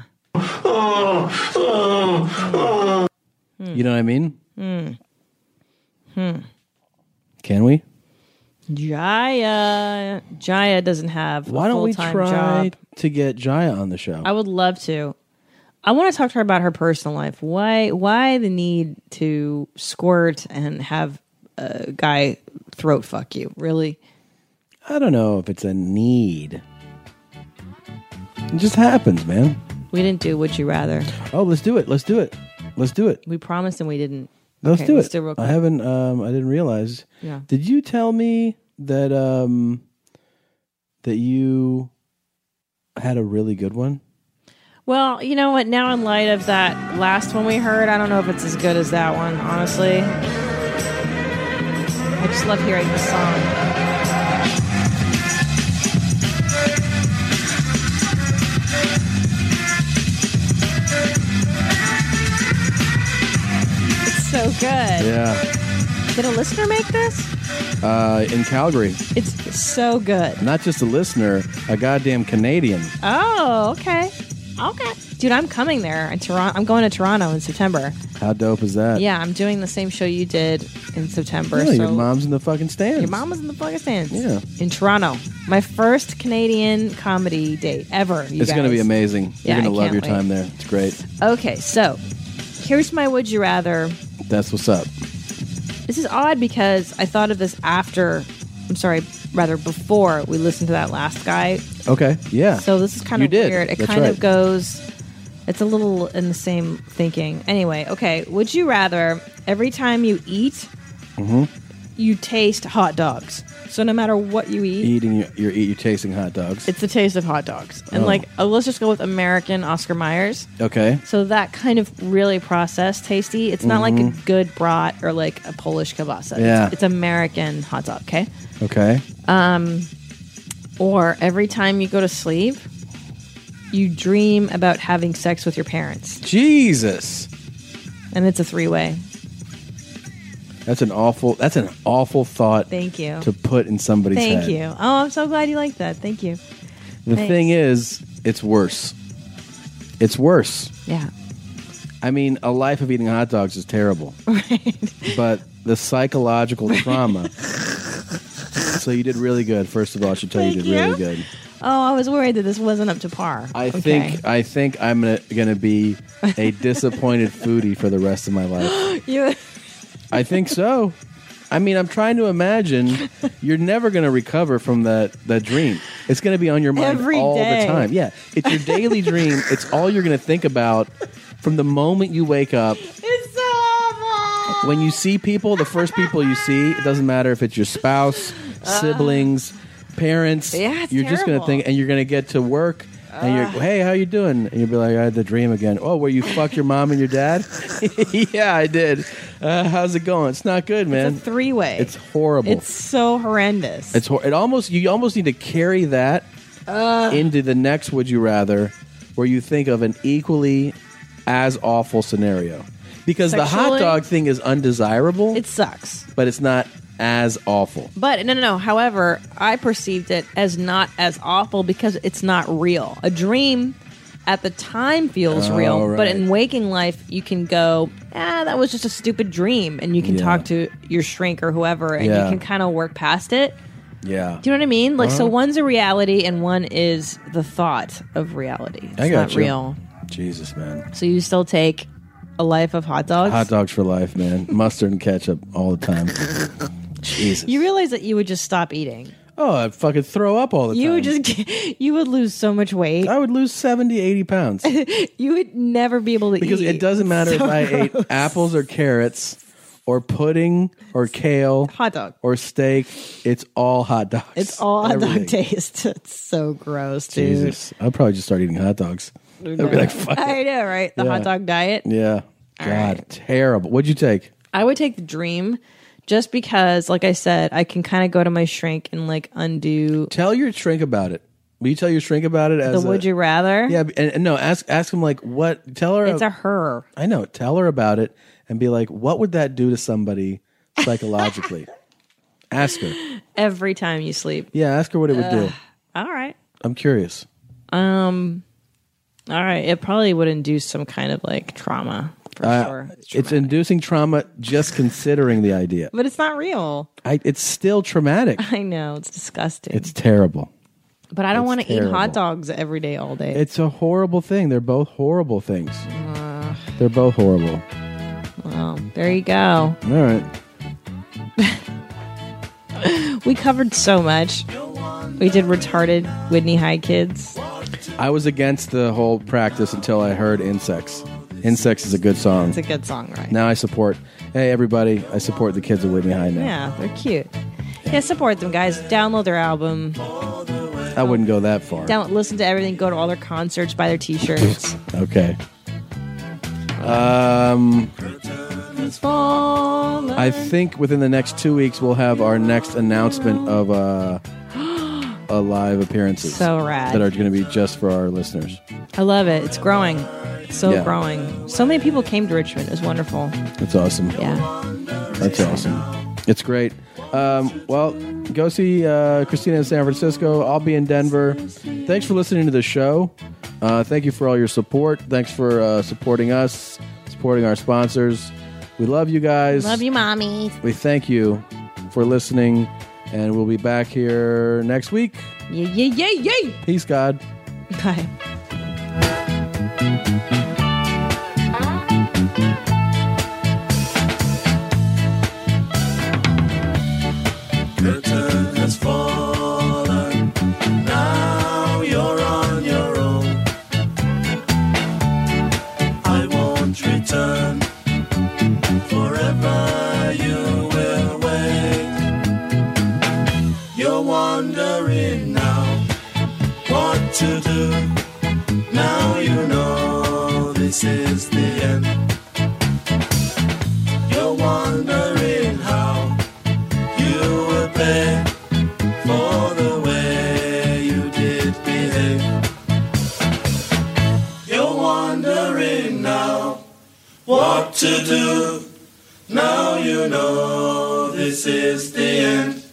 S2: You know what I mean?
S1: Hmm. Hmm.
S2: Can we?
S1: Jaya. Jaya doesn't have.
S2: Why
S1: a
S2: don't we
S1: full-time
S2: try
S1: Job.
S2: to get Jaya on the show?
S1: I would love to. I want to talk to her about her personal life. Why? Why the need to squirt and have a guy throat fuck you? Really?
S2: I don't know if it's a need. It just happens, man.
S1: We didn't do. Would you rather?
S2: Oh, let's do it. Let's do it. Let's do it.
S1: We promised and we didn't.
S2: Let's
S1: Okay,
S2: do it.
S1: let's real quick.
S2: I haven't. Um, I didn't realize.
S1: Yeah.
S2: Did you tell me that um, that you had a really good one?
S1: Well, you know what? Now, in light of that last one we heard, I don't know if it's as good as that one, honestly. I just love hearing this song. It's so good.
S2: Yeah.
S1: Did a listener make this?
S2: Uh, in Calgary,
S1: It's so good.
S2: not just a listener, a goddamn Canadian.
S1: Oh, okay. Okay. Dude, I'm coming there in Toronto. I'm going to Toronto in September.
S2: How dope is that?
S1: Yeah, I'm doing the same show you did in September.
S2: Yeah,
S1: so
S2: your mom's in the fucking stands.
S1: Your mom was in the fucking stands.
S2: Yeah.
S1: In Toronto. My first Canadian comedy date ever. you
S2: it's going to be
S1: guys.
S2: amazing.
S1: Yeah,
S2: You're going
S1: I
S2: to love
S1: can't
S2: your
S1: wait.
S2: time there. It's great.
S1: Okay, so here's my would you rather.
S2: That's what's up.
S1: This is odd because I thought of this after, I'm sorry, rather before we listened to that last guy.
S2: Okay. Yeah.
S1: So this is kind
S2: You
S1: of
S2: did.
S1: weird. It
S2: That's
S1: kind
S2: right.
S1: of goes. It's a little in the same thinking. Anyway, okay. Would you rather every time you eat,
S2: Mhm.
S1: you taste hot dogs? So no matter what you eat,
S2: Eating your, you're, you're tasting hot dogs.
S1: it's the taste of hot dogs. And
S2: Oh.
S1: like, uh, let's just go with American Oscar Myers.
S2: Okay.
S1: So that kind of really processed, tasty. It's not like a
S2: Mhm.
S1: good brat or like a Polish kielbasa. It's-
S2: Yeah.
S1: It's, American hot dog. Okay.
S2: Okay.
S1: Um, or every time you go to sleep, you dream about having sex with your parents,
S2: Jesus.
S1: and it's a three way.
S2: That's an awful. That's an awful thought.
S1: Thank you.
S2: To put in somebody's
S1: Thank
S2: head.
S1: you. Oh, I'm so glad you like that. Thank you.
S2: The
S1: Thanks.
S2: thing is, it's worse. It's worse.
S1: Yeah.
S2: I mean, a life of eating hot dogs is terrible. But the psychological trauma. so you did really good. First of all, I should tell you
S1: Thank
S2: did really
S1: you.
S2: good.
S1: Oh, I was worried that this wasn't up to par.
S2: I
S1: Okay.
S2: think I think I'm gonna, gonna be a disappointed foodie for the rest of my life.
S1: you.
S2: I think so. I mean, I'm trying to imagine you're never going to recover from that, that dream. It's going to be on your mind
S1: Every
S2: all
S1: day.
S2: the time. Yeah. It's your daily dream. It's all you're going to think about from the moment you wake up.
S1: It's so awful.
S2: When you see people, the first people you see, it doesn't matter if it's your spouse, siblings, parents.
S1: Uh. Yeah, it's
S2: you're just going
S1: terrible.
S2: to
S1: Uh.
S2: think, and you're going to get to work. And you're, hey, how you doing? And you'll be like, I had the dream again. Oh, where you fuck your mom and your dad? yeah, I did. Uh, how's it going? It's not good, man.
S1: It's a three way.
S2: It's horrible.
S1: It's so horrendous.
S2: It's hor- it almost you almost need to carry that
S1: Uh,
S2: into the next would you rather where you think of an equally as awful scenario. Because the hot
S1: Sexually?
S2: dog thing is undesirable. It
S1: sucks.
S2: But it's not as awful.
S1: But no, no, no. However, I perceived it as not as awful because it's not real. A dream at the time feels
S2: Oh,
S1: real, but
S2: right.
S1: in waking life, you can go, ah, that was just a stupid dream. And you can
S2: Yeah.
S1: talk to your shrink or whoever and
S2: Yeah.
S1: you can kind of work past it.
S2: Yeah.
S1: Do you know what I mean? Like, so
S2: Uh-huh.
S1: one's a reality and one is the thought of reality. It's
S2: I got
S1: not
S2: you.
S1: real.
S2: Jesus, man.
S1: So you still take a life of hot dogs?
S2: Hot dogs for life, man. Mustard and ketchup all the time. Jesus.
S1: You realize that you would just stop eating.
S2: Oh, I fucking throw up all the
S1: You
S2: time.
S1: would just get- you would lose so much weight.
S2: I would lose 70, 80 pounds.
S1: you would never be able to
S2: because
S1: eat.
S2: it doesn't matter if
S1: So
S2: I
S1: gross.
S2: ate apples or carrots or pudding or kale,
S1: Hot dog.
S2: or steak. It's all hot dogs.
S1: It's all hot
S2: Everything.
S1: dog taste. It's so gross, dude.
S2: Jesus, I'll probably just start eating hot dogs. I'd be like, fuck. it.
S1: I know, right? The hot
S2: Yeah.
S1: dog diet.
S2: Yeah. God, terrible. What'd you take?
S1: I would take the dream just because, like I said, I can kind of go to my shrink and like undo
S2: Tell your shrink about it. Will you tell your shrink about it?
S1: the
S2: As a-
S1: would you rather.
S2: Yeah, and, and no, ask ask him like what. Tell her
S1: It's a her.
S2: I know. Tell her about it and be like, what would that do to somebody psychologically? ask her.
S1: Every time you sleep.
S2: Yeah, ask her what it would do.
S1: Ugh. All right.
S2: I'm curious.
S1: Um. All right. It probably would induce some kind of like trauma for
S2: Uh,
S1: sure,
S2: It's inducing trauma just considering the idea.
S1: but it's not real.
S2: I, it's still traumatic.
S1: I know it's disgusting.
S2: It's terrible.
S1: but I don't
S2: it's
S1: want to eat
S2: terrible.
S1: hot dogs every day, all day.
S2: It's a horrible thing. They're both horrible things.
S1: Uh,
S2: They're both horrible.
S1: well, there you go.
S2: All right.
S1: We covered so much. We did retarded Whitney High kids.
S2: I was against the whole practice until I heard Insects. Insects is a good song.
S1: It's a good song, right?
S2: Now I support. Hey, everybody, I support the kids of Whitney High now.
S1: Yeah, they're cute. Yeah, support them, guys. Download their album.
S2: I wouldn't go that far.
S1: Down, listen to everything. Go to all their concerts. Buy their T-shirts.
S2: Okay. Um, I think within the next two weeks we'll have our next announcement of uh, a live appearances.
S1: So rad.
S2: That are going to be just for our listeners.
S1: I love it. It's growing. It's so
S2: Yeah.
S1: growing. So many people came to Richmond. It was wonderful.
S2: That's awesome.
S1: Yeah.
S2: That's awesome. It's great. Um, well, go see uh, Christina in San Francisco. I'll be in Denver. Thanks for listening to the show. Uh, thank you for all your support. Thanks for uh, supporting us, supporting our sponsors. We love you guys.
S1: Love you, mommy.
S2: We thank you for listening, and we'll be back here next week.
S1: Yeah, yeah, yeah, yeah.
S2: Peace, God.
S1: Bye.
S12: curtain has fallen. Now you're on your own. I won't return. Forever you will wait. You're wondering now what to do. Now you know this is the end. You're wondering how you were pay for the way you did behave. You're wondering now what to do. Now you know this is the end.